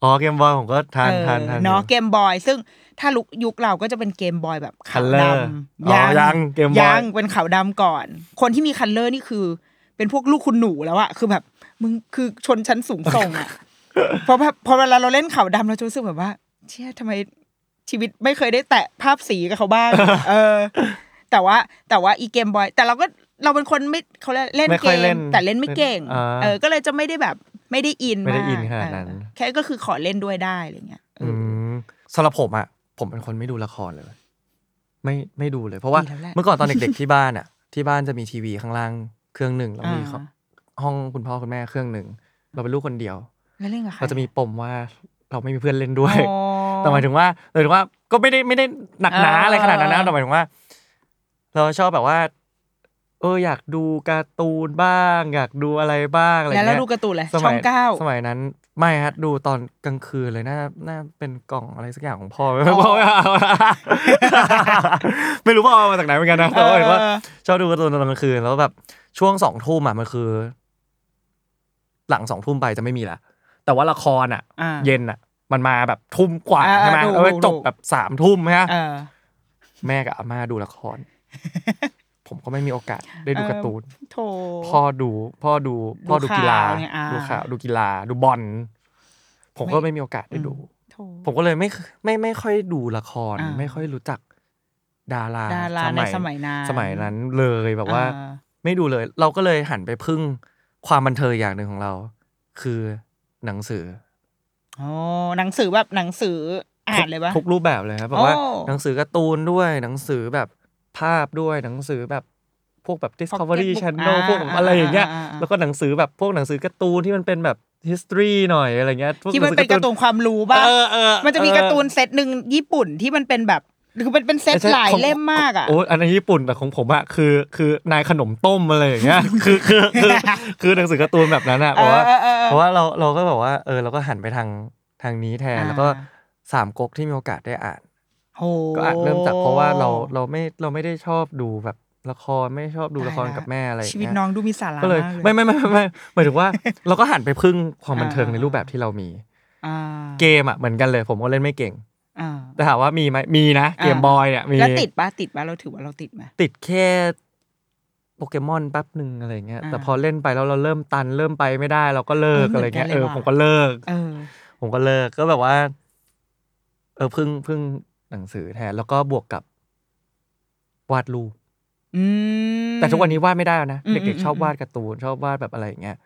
[SPEAKER 1] อ๋อเกมบอยผมก็ทาน
[SPEAKER 2] เออ
[SPEAKER 1] ทานทานอ
[SPEAKER 2] เนาะ
[SPEAKER 1] ยู่
[SPEAKER 2] เกมบอยซึ่งถ้าลุกยุคเราก็จะเป็นเกมบอยแบบขาว
[SPEAKER 1] Color
[SPEAKER 2] ด
[SPEAKER 1] อ๋อ
[SPEAKER 2] ำ
[SPEAKER 1] ยังเกมบอย
[SPEAKER 2] ยังเป็นขาวดำก่อน คนที่มีคันเลอร์นี่คือ เป็นพวกลูกคุณหนูแล้วอะคือแบบมึงคือชนชั้นสูงส่ง อะ เพราะแบบพอเวลาเราเล่นขาวดำเราจะรู้สึกแบบว่าเชี่ยทำไมชีวิตไม่เคยได้แตะภาพสีกับเขาบ้าง เออ แต่ว่าแต่ว่าอีเกมบอย แต่เราก็เราเป็นคนไม่เขาเรียกเล่น
[SPEAKER 1] ไม่
[SPEAKER 2] เก
[SPEAKER 1] ค่อยเล่
[SPEAKER 2] ม
[SPEAKER 1] น
[SPEAKER 2] แต่เล่นไม่เก่ง
[SPEAKER 1] อ่า
[SPEAKER 2] เออ ก็เลยจะไม่ได้แบบไม่ได้อิน
[SPEAKER 1] ไม่ได้
[SPEAKER 2] ก
[SPEAKER 1] อินขนาดนั้น
[SPEAKER 2] เออแค่ก็คือขอเล่นด้วยได้อะไรเงี้ยเอออ
[SPEAKER 1] มสำหรับผมอ่ะผมเป็นคนไม่ดูละครเลย ไม่ไม่ดูเลย เพราะว่า
[SPEAKER 2] ดีแล้วแหละ
[SPEAKER 1] เมื่อก่อนตอนเด็กๆที่ บ้านอ่ะ ที่บ้านจะมีทีวีข้างล่างเครื่องหนึ่งแล้ว
[SPEAKER 2] อ่า
[SPEAKER 1] มีเขาห้องคุณพ่อคุณแม่เครื่องหนึ่งเราเป็นลูกคนเดียว
[SPEAKER 2] แล้วเล่นกับใคร
[SPEAKER 1] เราจะมีปมว่าเราไม่มีเพื่อนเล่นด้
[SPEAKER 2] อ๋
[SPEAKER 1] ว
[SPEAKER 2] อ
[SPEAKER 1] ย แต่หมายถึงว่าหมายถึงว่าก็ไม่ได้ไม่ได้หนักหนา
[SPEAKER 2] เอออ
[SPEAKER 1] อะไรขนาดนั้น
[SPEAKER 2] เอ
[SPEAKER 1] นะ
[SPEAKER 2] อ
[SPEAKER 1] แต่หมายถึงว่า เราชอบแบบว่า เอออยากดูการ์ตูนบ้าง อยากดูอะไรบ้างอะไร
[SPEAKER 2] แล้วเรา
[SPEAKER 1] เงี้ย
[SPEAKER 2] ดูการ์ตูนเลย
[SPEAKER 1] ส
[SPEAKER 2] ช่
[SPEAKER 1] มั
[SPEAKER 2] อย งเก้า
[SPEAKER 1] สมัยนั้น ไม่ฮะดูตอนกลางคืนเลยน่าน่าเป็นกล่องอะไรสักอย่างของพ่อไม่พ่อไม่เอา ไม่รู้พ่อเอามาจากไหนเหมือนกันนะแต่ว่าหมายถึงว่า
[SPEAKER 2] เออ
[SPEAKER 1] ชอบดูการ์ตูนตอนกลางคืนแล้วแบบช่วงสองทุ่มอ่ะมันคือ หลังสองทุ่มไปจะไม่มีละแต่ว่าละครอ่ะ
[SPEAKER 2] อ่า
[SPEAKER 1] เย็นอ่ะ มันมาแบบทุ่มกว่า
[SPEAKER 2] อ่า
[SPEAKER 1] ใช่ไหม
[SPEAKER 2] ถูก
[SPEAKER 1] เออ
[SPEAKER 2] ถูก
[SPEAKER 1] จบแบบสามทุ่มฮะ
[SPEAKER 2] เออ
[SPEAKER 1] แม่กับอาม่าดูละคร ผมก็ไม่มีโอกาสได้ดู
[SPEAKER 2] เออ
[SPEAKER 1] การ์ตูน
[SPEAKER 2] โถ
[SPEAKER 1] พ่อดู พ่อดูพ่อดู
[SPEAKER 2] ดูข่าว
[SPEAKER 1] กีฬา
[SPEAKER 2] เนี่ยอ่า
[SPEAKER 1] ดูข่าวดูกีฬา ดูบอลผมก็
[SPEAKER 2] ไม่
[SPEAKER 1] ไม่มีโอกาสได้ดู
[SPEAKER 2] โถ
[SPEAKER 1] ผมก็เลยไม่ไม่ไม่ค่อยดูละคร
[SPEAKER 2] อ่า
[SPEAKER 1] ไม่ค่อยรู้จักดารา
[SPEAKER 2] ดาราในสมัยนั้น
[SPEAKER 1] สมัยนั้นเลยแบบว่า
[SPEAKER 2] อ่
[SPEAKER 1] ไม่ดูเลย เราก็เลยหันไปพึ่งความบันเทิงอย่างหนึ่งของเรา คือหนังสือ
[SPEAKER 2] อ๋อหนังสือแบบหนังสืออ่านเลยปะ
[SPEAKER 1] ทุกรูปแบบเลยครับแบบว่า
[SPEAKER 2] โอ้
[SPEAKER 1] หนังสือการ์ตูนด้วยหนังสือแบบภาพด้วยหนังสือแบบพวกแบบ Discovery
[SPEAKER 2] Pocketbook
[SPEAKER 1] Channel
[SPEAKER 2] อ่า
[SPEAKER 1] พวกอะไรอย่างเงี้ย
[SPEAKER 2] อ่าอ่าอ่า
[SPEAKER 1] แล้วก็หนังสือแบบพวกหนังสือการ์ตูนที่มันเป็นแบบ history หน่อยอะไรเงี้ยพวก
[SPEAKER 2] ที่มันเป็นการ์ตูนความรู้
[SPEAKER 1] หงสือ
[SPEAKER 2] บ้า
[SPEAKER 1] เออเออ
[SPEAKER 2] มันจะมี
[SPEAKER 1] เออ
[SPEAKER 2] การ์ตูนเซตหนึ่งญี่ปุ่นที่มันเป็นแบบคือมันเป็นเซต
[SPEAKER 1] ใช่
[SPEAKER 2] หลาย
[SPEAKER 1] ของ
[SPEAKER 2] เล่มมากอ่ะ
[SPEAKER 1] โอ้อันนี้นญี่ปุ่นแต่ของผมอะคือ คือนายขนมต้มอะไรอย่างเงี้ย คือคือคือคือหนังสือการ์ตูนแบบนั้นอะเพราะว่า
[SPEAKER 2] เออเออเออ
[SPEAKER 1] เพราะว่าเราเราก็แบบว่า เออเราก็หันไปทางทางนี้แทนแล้วก็
[SPEAKER 2] อ่า
[SPEAKER 1] สามก๊กที่มีโอกาสได้อ่าน
[SPEAKER 2] โห
[SPEAKER 1] ก็อาจเริ่มจากเพราะว่าเราเราไม่เราไม่ได้ชอบดูแบบละครไม่ชอบดูละคร
[SPEAKER 2] ตายละ
[SPEAKER 1] กับแม่อะไรอย่าง
[SPEAKER 2] ชีวิต
[SPEAKER 1] เงี้ย
[SPEAKER 2] น้องดูมีสาระ
[SPEAKER 1] ก็เลย
[SPEAKER 2] มากเลย
[SPEAKER 1] ไม่ไม่ไม่ไม่ไม่หมายถึง ว่า เราก็หันไปพึ่งความบันเทิงในรูปแบบที่เรามี
[SPEAKER 2] อ่า
[SPEAKER 1] เกมอ่ะเหมือนกันเลย ผมก็เล่นไม่เก่ง
[SPEAKER 2] อ่า
[SPEAKER 1] แต่ถามว่ามีไหมมีนะ เกม
[SPEAKER 2] อ่า
[SPEAKER 1] บอยเนี่ยมี
[SPEAKER 2] แล้วติดปะติดปะเราถือว่าเราติดไหม
[SPEAKER 1] ติดแค่โปเกมอนแป๊บหนึ่งอะไรเงี้ย
[SPEAKER 2] อ่า
[SPEAKER 1] แต่พอเล่นไปแล้วเราเริ่มตันเริ่มไปไม่ได้ เราก็เลิก
[SPEAKER 2] เออเหมื
[SPEAKER 1] อะ
[SPEAKER 2] อน
[SPEAKER 1] ไรเงี้ย
[SPEAKER 2] กัน
[SPEAKER 1] เออ
[SPEAKER 2] เลยว่ะ
[SPEAKER 1] ผมก็เลิก
[SPEAKER 2] เออ
[SPEAKER 1] ผมก็เลิกก็แบบว่า เออพึ่งพึ่งหนังสือแทนแล้วก็บวกกับวาดรูป
[SPEAKER 2] อืม
[SPEAKER 1] แต่ทุกวันนี้วาดไม่ได้แล้วนะ
[SPEAKER 2] อืม
[SPEAKER 1] เด็ก
[SPEAKER 2] อืม
[SPEAKER 1] ๆชอบ
[SPEAKER 2] อืม
[SPEAKER 1] วาดการ์ตูนชอบวาดแบบอะไรอย่างเงี้ย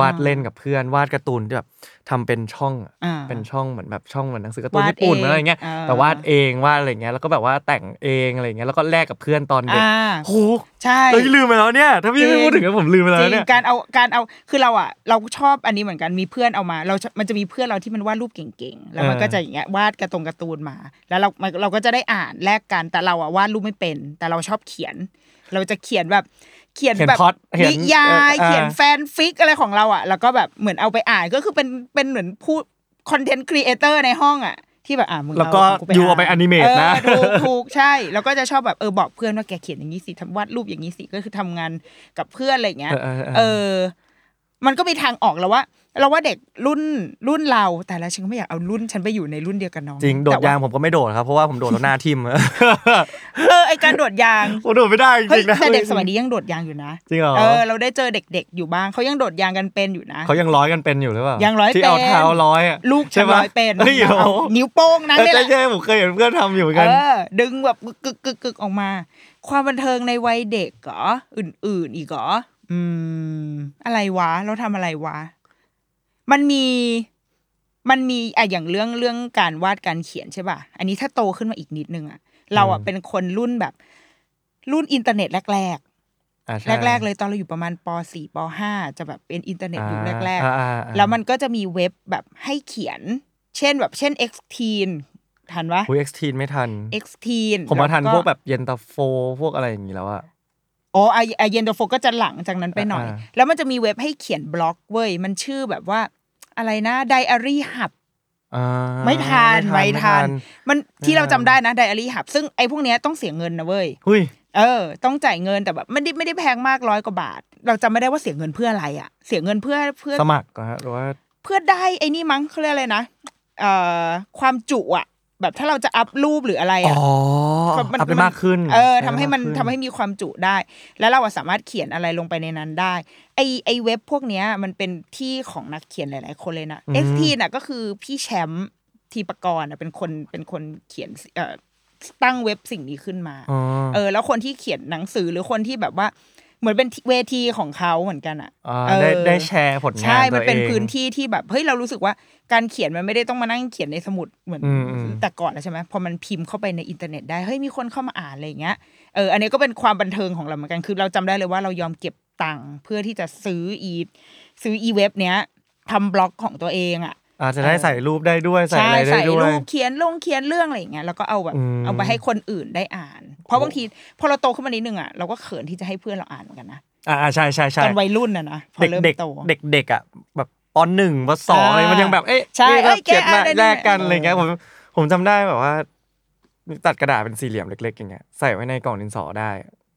[SPEAKER 1] วาดเล่นกับเพื่อนวาดการ์ตูนที่แบบทำเป็นช่องอะ
[SPEAKER 2] อ่า
[SPEAKER 1] เป็นช่องเหมือนแบบช่องเหมือนหนังสือการ์ตูน
[SPEAKER 2] วาด
[SPEAKER 1] ญี่ปุ่น
[SPEAKER 2] เอง
[SPEAKER 1] อะไรอย่างเงี้ย
[SPEAKER 2] อ่า
[SPEAKER 1] แต่วาดเองวาดอะไรอย่างเงี้ยแล้วก็แบบว่าแต่งเองอะไรอย่างเงี้ยแล้วก็แลกกับเพื่อนตอนเด็ก
[SPEAKER 2] อ่า
[SPEAKER 1] โห
[SPEAKER 2] ใช่
[SPEAKER 1] เราลืมไปแล้วเนี่ย ถ้าพี่ไม่
[SPEAKER 2] จริง
[SPEAKER 1] พูดถึงแล้วผมลืมไปแล้ว
[SPEAKER 2] จริ
[SPEAKER 1] เนี่
[SPEAKER 2] ง
[SPEAKER 1] ย
[SPEAKER 2] การเอาการเอาคือเราอ่ะเราชอบอันนี้เหมือนกันมีเพื่อนเอามา เราจะมันจะมีเพื่อนเราที่มันวาดรูปเก่งๆแล้วมัน
[SPEAKER 1] เออ
[SPEAKER 2] ก็จะอย่างเงี้ยวาดการะตรงการ์ตูนมา แล้วเรามันเราก็จะได้อ่านแลกกันแต่เราอ่ะวาดรูปไม่เป็น แต่เราชอบเขียน เราจะเขียนแบบเขียน
[SPEAKER 1] เขียน
[SPEAKER 2] แบบ
[SPEAKER 1] พล็อตเขียน
[SPEAKER 2] นิยาย
[SPEAKER 1] เออ
[SPEAKER 2] เขียน
[SPEAKER 1] อ่า
[SPEAKER 2] แฟนฟิกอะไรของเราอ่ะแล้วก็แบบเหมือนเอาไปอ่านก็คือเป็นเป็นเหมือนผู้คอนเทนต์ครีเอเตอร์ในห้องอ่ะที่แบบอ่ามึง
[SPEAKER 1] แล้วก็
[SPEAKER 2] เอาของ
[SPEAKER 1] ยูเอาไปอนิเมตนะ
[SPEAKER 2] เออถูก ถูกใช่แล้วก็จะชอบแบบเออบอกเพื่อนว่าแกเขียนอย่างนี้สิทำวาดรูปอย่างนี้สิก็คือทำงานกับเพื่อนอะไรอย่างเงี้ย
[SPEAKER 1] เออเออเออ
[SPEAKER 2] เออ มันก็มีทางออกแล้วว่า เราว่าเด็กรุ่นรุ่นเราแต่ละฉันก็ไม่อยากเอารุ่นฉันไปอยู่ในรุ่นเดียวกับน้อง
[SPEAKER 1] จริงโดด
[SPEAKER 2] แต่ว่
[SPEAKER 1] ยางผมก็ไม่โดดครับเพราะว่าผมโดดแล้วหน้าทิ่ม
[SPEAKER 2] เออไอการโดดยาง
[SPEAKER 1] ผมโดดไม่ได้จ
[SPEAKER 2] เฮ้ย
[SPEAKER 1] ริงๆนะ
[SPEAKER 2] แต่เด็กสมัยนี้ยังโดดยางอยู่นะ
[SPEAKER 1] จริงเหรอ
[SPEAKER 2] เออ เราได้เจอเด็ก ๆ อยู่บ้างเขายังโดดยางกันเป็นอยู่นะ
[SPEAKER 1] เขายังร้อยกันเป็นอยู่หรือเปล่า
[SPEAKER 2] ยังร้อย
[SPEAKER 1] ที่เอา
[SPEAKER 2] เป็น
[SPEAKER 1] เท้าร้อยอะ
[SPEAKER 2] ลูกฉั
[SPEAKER 1] ใช่
[SPEAKER 2] น
[SPEAKER 1] ปะ
[SPEAKER 2] ร้อยเป็น
[SPEAKER 1] ฮ้ยโอ้โห
[SPEAKER 2] นิ้วโป้งนั้น
[SPEAKER 1] เออ
[SPEAKER 2] เลยแหละ
[SPEAKER 1] ใช่ใช่ผมเคยเห็นเพื่อนทำอยู่เหมือน
[SPEAKER 2] เอ
[SPEAKER 1] กัน
[SPEAKER 2] อดึงแบบกึกกึกกึกออกมา ความบันเทิงในวัยเด็กเหรออื่น ๆ อีกเหรออืม อะไรวะ เราทำอะไรวะ มันมีมันมีอะอย่างเรื่องเรื่องการวาดการเขียนใช่ป่ะ อันนี้ถ้าโตขึ้นมาอีกนิดนึงอะเราอะ
[SPEAKER 1] อืม
[SPEAKER 2] เป็นคนรุ่นแบบ รุ่นอินเทอร์เน็ตแรก
[SPEAKER 1] อ่าใช่
[SPEAKER 2] ๆ แรก ๆ เลยตอนเราอยู่ประมาณป .4 ป .5 จะแบบเป็นอินเทอร์เน็ตยุคแรก ๆ
[SPEAKER 1] อ่าอ่าอ่า
[SPEAKER 2] แล้วมันก็จะมีเว็บแบบให้เขียน เช่นแบบเช่น X t e e n ทันปะ
[SPEAKER 1] อุ้ย X ทีนไม่ทัน
[SPEAKER 2] X t e e n
[SPEAKER 1] ผมมาทันพวกแบบเย็นตาโฟ พวกอะไรอย่างนี้แล้วอะ
[SPEAKER 2] โอ้ไอไอเย็นตาโฟก็จะหลังจากนั้นไปหน่อย
[SPEAKER 1] อ่า
[SPEAKER 2] แล้วมันจะมีเว็บให้เขียนบล็อกเว้ย มันชื่อแบบว่า อะไรนะไดอารี่หับ
[SPEAKER 1] อ่า
[SPEAKER 2] ไม่ทานไม่ทาน มันที่
[SPEAKER 1] ไม่ทัน
[SPEAKER 2] เราจำได้นะไดอารี่หับ ซึ่งไอพวกเนี้ยต้องเสียเงินนะเว้ย
[SPEAKER 1] หุ้ย
[SPEAKER 2] เออ ต้องจ่ายเงินแต่แบบไม่ได้ไม่ได้แพงมากร้อยกว่าบาท เราจำไม่ได้ว่าเสียเงินเพื่ออะไรอะเสียเงินเพื่อเพื่อ
[SPEAKER 1] สมัครเหรอฮะหรือว่า
[SPEAKER 2] เพื่อได้ไอ้นี่มั้งเขาเรียกอะไรนะเอ่อความจุอะแบบถ้าเราจะอัพรูปหรืออะไร
[SPEAKER 1] อ๋
[SPEAKER 2] อะ
[SPEAKER 1] ออัพได้มากขึ้น
[SPEAKER 2] เออทำให้มัน
[SPEAKER 1] ได้าก
[SPEAKER 2] ทำ
[SPEAKER 1] ขึ้
[SPEAKER 2] ให้มีความจุได้ แล้วเราอะสามารถเขียนอะไรลงไปในนั้นได้ ไอไอเว็บพวกเนี้ยมันเป็นที่ของนักเขียนหลาย ๆ คนเลยนะ
[SPEAKER 1] อืม
[SPEAKER 2] XT น่ะก็คือพี่แชมป์ทีปกรณ์อะเป็นคนเป็นคนเขียนเอ่อตั้งเว็บสิ่งนี้ขึ้นมา
[SPEAKER 1] อ๋อ
[SPEAKER 2] เออ แล้วคนที่เขียนหนังสือหรือคนที่แบบว่า เหมือนเป็นเวทีของเขาเหมือนกันอะ
[SPEAKER 1] า
[SPEAKER 2] เออ
[SPEAKER 1] ได้ได้แชร์ผลงาน
[SPEAKER 2] ใช่ มันเป็น
[SPEAKER 1] ตัวอง
[SPEAKER 2] พื้นที่ที่แบบเฮ้ยเรารู้สึกว่าการเขียนมันไม่ได้ต้องมานั่งเขียนในสมุดเหมือน
[SPEAKER 1] อืมอืม
[SPEAKER 2] แต่ก่อนแล้วใช่ไหมพอมันพิมพ์เข้าไปในอินเทอร์เน็ตได้เฮ้ยมีคนเข้ามาอ่านอะไรอย่างเงี้ยเอออันนี้ก็เป็นความบันเทิงของเราเหมือนกันคือเราจำได้เลยว่าเรายอมเก็บตังค์เพื่อที่จะซื้ออีซื้ออีเว็บเนี้ยทำบล็อกของตัวเองอ่ะ
[SPEAKER 1] อาจจะได้
[SPEAKER 2] เออ
[SPEAKER 1] ใส่รูปได้ด้วยใส่อะไรได้
[SPEAKER 2] ใส่
[SPEAKER 1] ด้วย
[SPEAKER 2] รูปเขียนลงเขียนเรื่องอะไรอย่างเงี้ยแล้วก็เอาแบบ
[SPEAKER 1] อืม
[SPEAKER 2] เอาไปให้คนอื่นได้อ่าน เพราะบางทีพอเราโตขึ้นมานิดนึงอ่ะเราก็เขินที่จะให้เพื่อนเราอ่านเหมือนกันนะ
[SPEAKER 1] อ่าใช่ใช่ใช่
[SPEAKER 2] ตอนวัยรุ่นนะนะพอเริ่ม
[SPEAKER 1] เด็ก
[SPEAKER 2] โต
[SPEAKER 1] ๆเด็กๆเด็กๆอ่ะแบบปหนึ่งปสองอะไร
[SPEAKER 2] อ่ามั
[SPEAKER 1] มันยังแบบเอ๊ะ
[SPEAKER 2] ใช่
[SPEAKER 1] นี่
[SPEAKER 2] เอ้
[SPEAKER 1] ก็
[SPEAKER 2] ยแก
[SPEAKER 1] เขียนมา
[SPEAKER 2] อ่านได้
[SPEAKER 1] แลกกัน
[SPEAKER 2] เนี่ย
[SPEAKER 1] อะไรเงี้ยผมผมจำได้แบบว่าตัดกระดาษเป็นสี่เหลี่ยมเล็ก ๆ อย่างเงี้ยใส่ไว้ในกล่องดินสอได้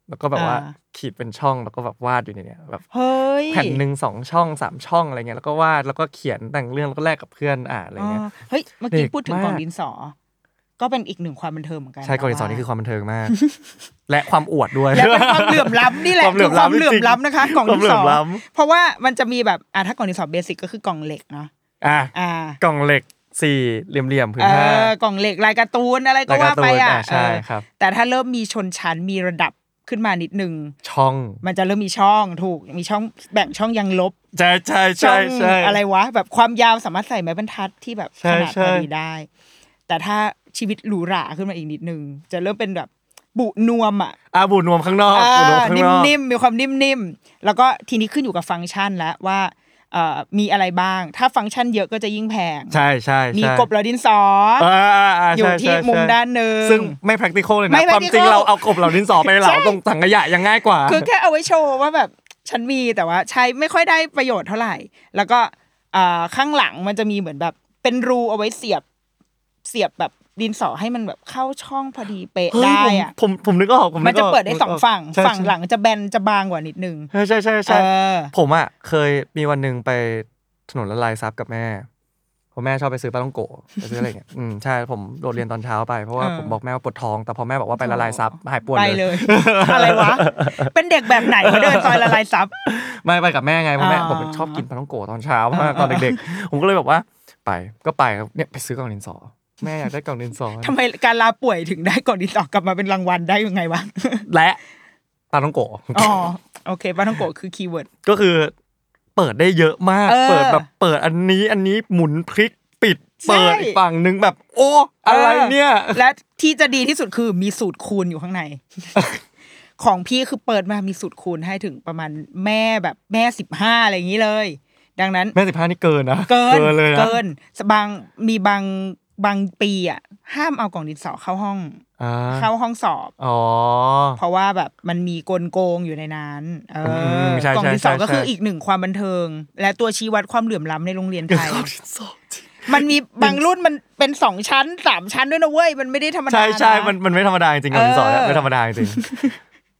[SPEAKER 1] แล้วก็แบบว่าขีดเป็นช่องแล้วก็แบบวาดอยู่ในเนี้ยแบบ
[SPEAKER 2] เฮ้ย
[SPEAKER 1] แผ่นหนึ่งสองช่องสามช่องอะไรเงี้ยแล้วก็วาดแล้วก็เขียนแต่งเรื่องแล้วก็แลกกับเพื่อนอ่านอะไรเงี้ย
[SPEAKER 2] อ๋อเฮ้ย เมื่อกี้
[SPEAKER 1] เด็ก
[SPEAKER 2] พูดถึงกล่อง
[SPEAKER 1] มาก
[SPEAKER 2] ดินสอ ก็เป็นอีกหนึ่งความบันเทิงเหมือนกัน
[SPEAKER 1] ใช่กอลิสอน
[SPEAKER 2] ว่า
[SPEAKER 1] นี่คือความบันเทิงมาก และความอวดด้วย
[SPEAKER 2] แล้วเป็นความเหลื่อมล้ำนี่แหละ
[SPEAKER 1] ความเหลื่อม
[SPEAKER 2] คือความ
[SPEAKER 1] ล้ำ
[SPEAKER 2] เหลื่อ
[SPEAKER 1] จริ
[SPEAKER 2] ม
[SPEAKER 1] งๆ
[SPEAKER 2] ล้ำนะคะกล่อง
[SPEAKER 1] ความ
[SPEAKER 2] ดิน
[SPEAKER 1] เหลื่
[SPEAKER 2] ส
[SPEAKER 1] อ
[SPEAKER 2] อ
[SPEAKER 1] มล้ำ
[SPEAKER 2] เพราะว่ามันจะมีแบบอ่ะถ้ากล่องดินสอเบสิกก็คือกล่องเหล็กเนาะ
[SPEAKER 1] อ่ะ
[SPEAKER 2] อ่าก
[SPEAKER 1] ล่องเหล็กสี่เหลี่ยมๆผืน
[SPEAKER 2] เอ
[SPEAKER 1] ผ้า
[SPEAKER 2] อกล่องเหล็กลายการ์ตูนอะไรก็
[SPEAKER 1] ลายกา
[SPEAKER 2] ว่า
[SPEAKER 1] ร์ตู
[SPEAKER 2] ไป
[SPEAKER 1] น
[SPEAKER 2] อ่ะ
[SPEAKER 1] อ่ะใช่
[SPEAKER 2] เออ
[SPEAKER 1] ครับ
[SPEAKER 2] แต่ถ้าเริ่มมีชนชั้นมีระดับขึ้นมานิดนึง
[SPEAKER 1] ช่อง
[SPEAKER 2] มันจะเริ่มมีช่องถูกมีช่องแบ่งช่องยังลบ
[SPEAKER 1] ใช่ใช่
[SPEAKER 2] ช่
[SPEAKER 1] ใช่
[SPEAKER 2] อง
[SPEAKER 1] ใช่
[SPEAKER 2] อะไรวะ แบบความยาวสามารถใส่ไม้บรรทัดที่แบบ
[SPEAKER 1] ใช่
[SPEAKER 2] ขนาด
[SPEAKER 1] ใช่
[SPEAKER 2] พอดีได้ แต่ถ้าชีวิตหรูหราขึ้นมาอีกนิดนึง จะเริ่มเป็นแบบบุนวมอ่ะ
[SPEAKER 1] อาบุญนวมข้างนอกบุญนวมข้างนอก
[SPEAKER 2] นิ่มๆมีความนิ่มๆ แล้วก็ทีนี้ขึ้นอยู่กับฟังก์ชันแล้วว่าเอ่อมีอะไรบ้าง ถ้าฟังก์ชันเยอะก็จะยิ่งแพง
[SPEAKER 1] ใช่ใช่
[SPEAKER 2] มี
[SPEAKER 1] ใช่
[SPEAKER 2] กบเหลอดินสอ
[SPEAKER 1] อ่าอ่าา
[SPEAKER 2] อยู่
[SPEAKER 1] ใช่
[SPEAKER 2] ที่
[SPEAKER 1] ใช่
[SPEAKER 2] มุม
[SPEAKER 1] ใช่
[SPEAKER 2] ด้านหนึ่ง
[SPEAKER 1] ซึ่งไม่ practical เลย
[SPEAKER 2] ไม่
[SPEAKER 1] นะความจริง
[SPEAKER 2] practical
[SPEAKER 1] เราเอากบเหล่าดินสอไปเหลา
[SPEAKER 2] ใช่
[SPEAKER 1] ตรงถังขยะยังง่ายกว่า
[SPEAKER 2] คือแค่เอาไว้โชว์ว่าแบบฉันมีแต่ว่าใช้ไม่ค่อยได้ประโยชน์เท่าไหร่ แล้วก็อ่าข้างหลังมันจะมีเหมือนแบบเป็นรูเอาไว้เสียบ เสียบแบบดินสอให้มันแบบเข้าช่องพอดีเป๊ะ
[SPEAKER 1] เฮ้ย
[SPEAKER 2] ได้
[SPEAKER 1] ผม
[SPEAKER 2] อะ
[SPEAKER 1] ผมผมนึกออกผม
[SPEAKER 2] มัน
[SPEAKER 1] กอ
[SPEAKER 2] จะ
[SPEAKER 1] อก
[SPEAKER 2] เปิดได้
[SPEAKER 1] ผม
[SPEAKER 2] ส
[SPEAKER 1] นึก
[SPEAKER 2] อ
[SPEAKER 1] ก
[SPEAKER 2] งฝั่ง
[SPEAKER 1] ใช่
[SPEAKER 2] ฝั่ง
[SPEAKER 1] ใช่
[SPEAKER 2] หลังจะแบนจะบางกว่านิดนึง
[SPEAKER 1] ใช่ใช่ใช่
[SPEAKER 2] เอ
[SPEAKER 1] ใช่
[SPEAKER 2] อ
[SPEAKER 1] ผมอ่ะเคยมีวันหนึ่งไปถนนละลายซับกับแม่เพราะแม่ชอบไปซื้อปลาต้องโกะไปซื้ออะไรอย่างเงี้ยอืมใช่ผมโดดเรียนตอนเช้าไปเพราะว่า
[SPEAKER 2] เออ
[SPEAKER 1] ผมบอกแม่ว่าปวดท้อง แต่พอแม่บอกว่าไปละลายซับหายปวด
[SPEAKER 2] ไป
[SPEAKER 1] เลย
[SPEAKER 2] เลย อะไรวะ เป็นเด็กแบบไหนวะเดินซอยละลายซับ
[SPEAKER 1] ไม่ไปกับแม่ไงเพราะแม่
[SPEAKER 2] อ๋อ
[SPEAKER 1] ผมชอบกินปลาต้องโกะตอนเช้ามาก
[SPEAKER 2] เออ
[SPEAKER 1] ตอนเด็กๆ ผมก็เลยแบบว่า ไปก็ไปครับเนี่ยไปซื้อกล่องดินสอ แม่อยากได้กล่องดินสอ
[SPEAKER 2] ทำไมการลาป่วยถึงได้ก่อนดินสอกลับมาเป็นรางวัลได้ยังไงวะ
[SPEAKER 1] และปลาต้องโกะ
[SPEAKER 2] อ๋อโอเคป้าท่องโกะคือคีย์เวิร์ด
[SPEAKER 1] ก็คือ เปิดได้เยอะมาก
[SPEAKER 2] เออ
[SPEAKER 1] เปิดแบบเปิดอันนี้อันนี้หมุนพลิกปิด
[SPEAKER 2] ใช่
[SPEAKER 1] เปิดอีกฝั่งหนึ่งแบบ โอ้ อะไร
[SPEAKER 2] เออ
[SPEAKER 1] เนี่ย
[SPEAKER 2] และที่จะดีที่สุดคือมีสูตรคูณอยู่ข้า งใน ของพี่คือเปิดมามีสูตรคูณให้ถึงประมาณแม่แบบแม่สิบห้าอะไรอย่างนี้เลย ดังนั้น
[SPEAKER 1] แม่สิบห้านี่เกินนะ
[SPEAKER 2] เกิน
[SPEAKER 1] เลยนะ
[SPEAKER 2] เกินบางมีบางบางปีอ่ะห้ามเอากล่องดินสอเข้าห้อง
[SPEAKER 1] อ่า
[SPEAKER 2] เข้าห้องสอบ
[SPEAKER 1] อ๋อ
[SPEAKER 2] เพราะว่าแบบมันมีกลโกงอยู่ในนั้นเออ
[SPEAKER 1] มใช่
[SPEAKER 2] กล่องดิน
[SPEAKER 1] ใช่
[SPEAKER 2] สอ
[SPEAKER 1] ใช่
[SPEAKER 2] ก็คืออีกหนึ่งความบันเทิง และตัวชี้วัดความเหลื่อมล้ำในโรงเรียน
[SPEAKER 1] เดี๋ย
[SPEAKER 2] ไท
[SPEAKER 1] วย เขาดินสอจริง
[SPEAKER 2] มันมีบางรุ่นมันเป็นสองชั้นสามชั้นด้วยนะเว้ย มันไม่ได้ธรรมดา
[SPEAKER 1] ใช่ใช่
[SPEAKER 2] ะ
[SPEAKER 1] มันมันไม่ธรรมดาจริงๆกล่องดินสอเนี่ยไม่ธรรมดาจริง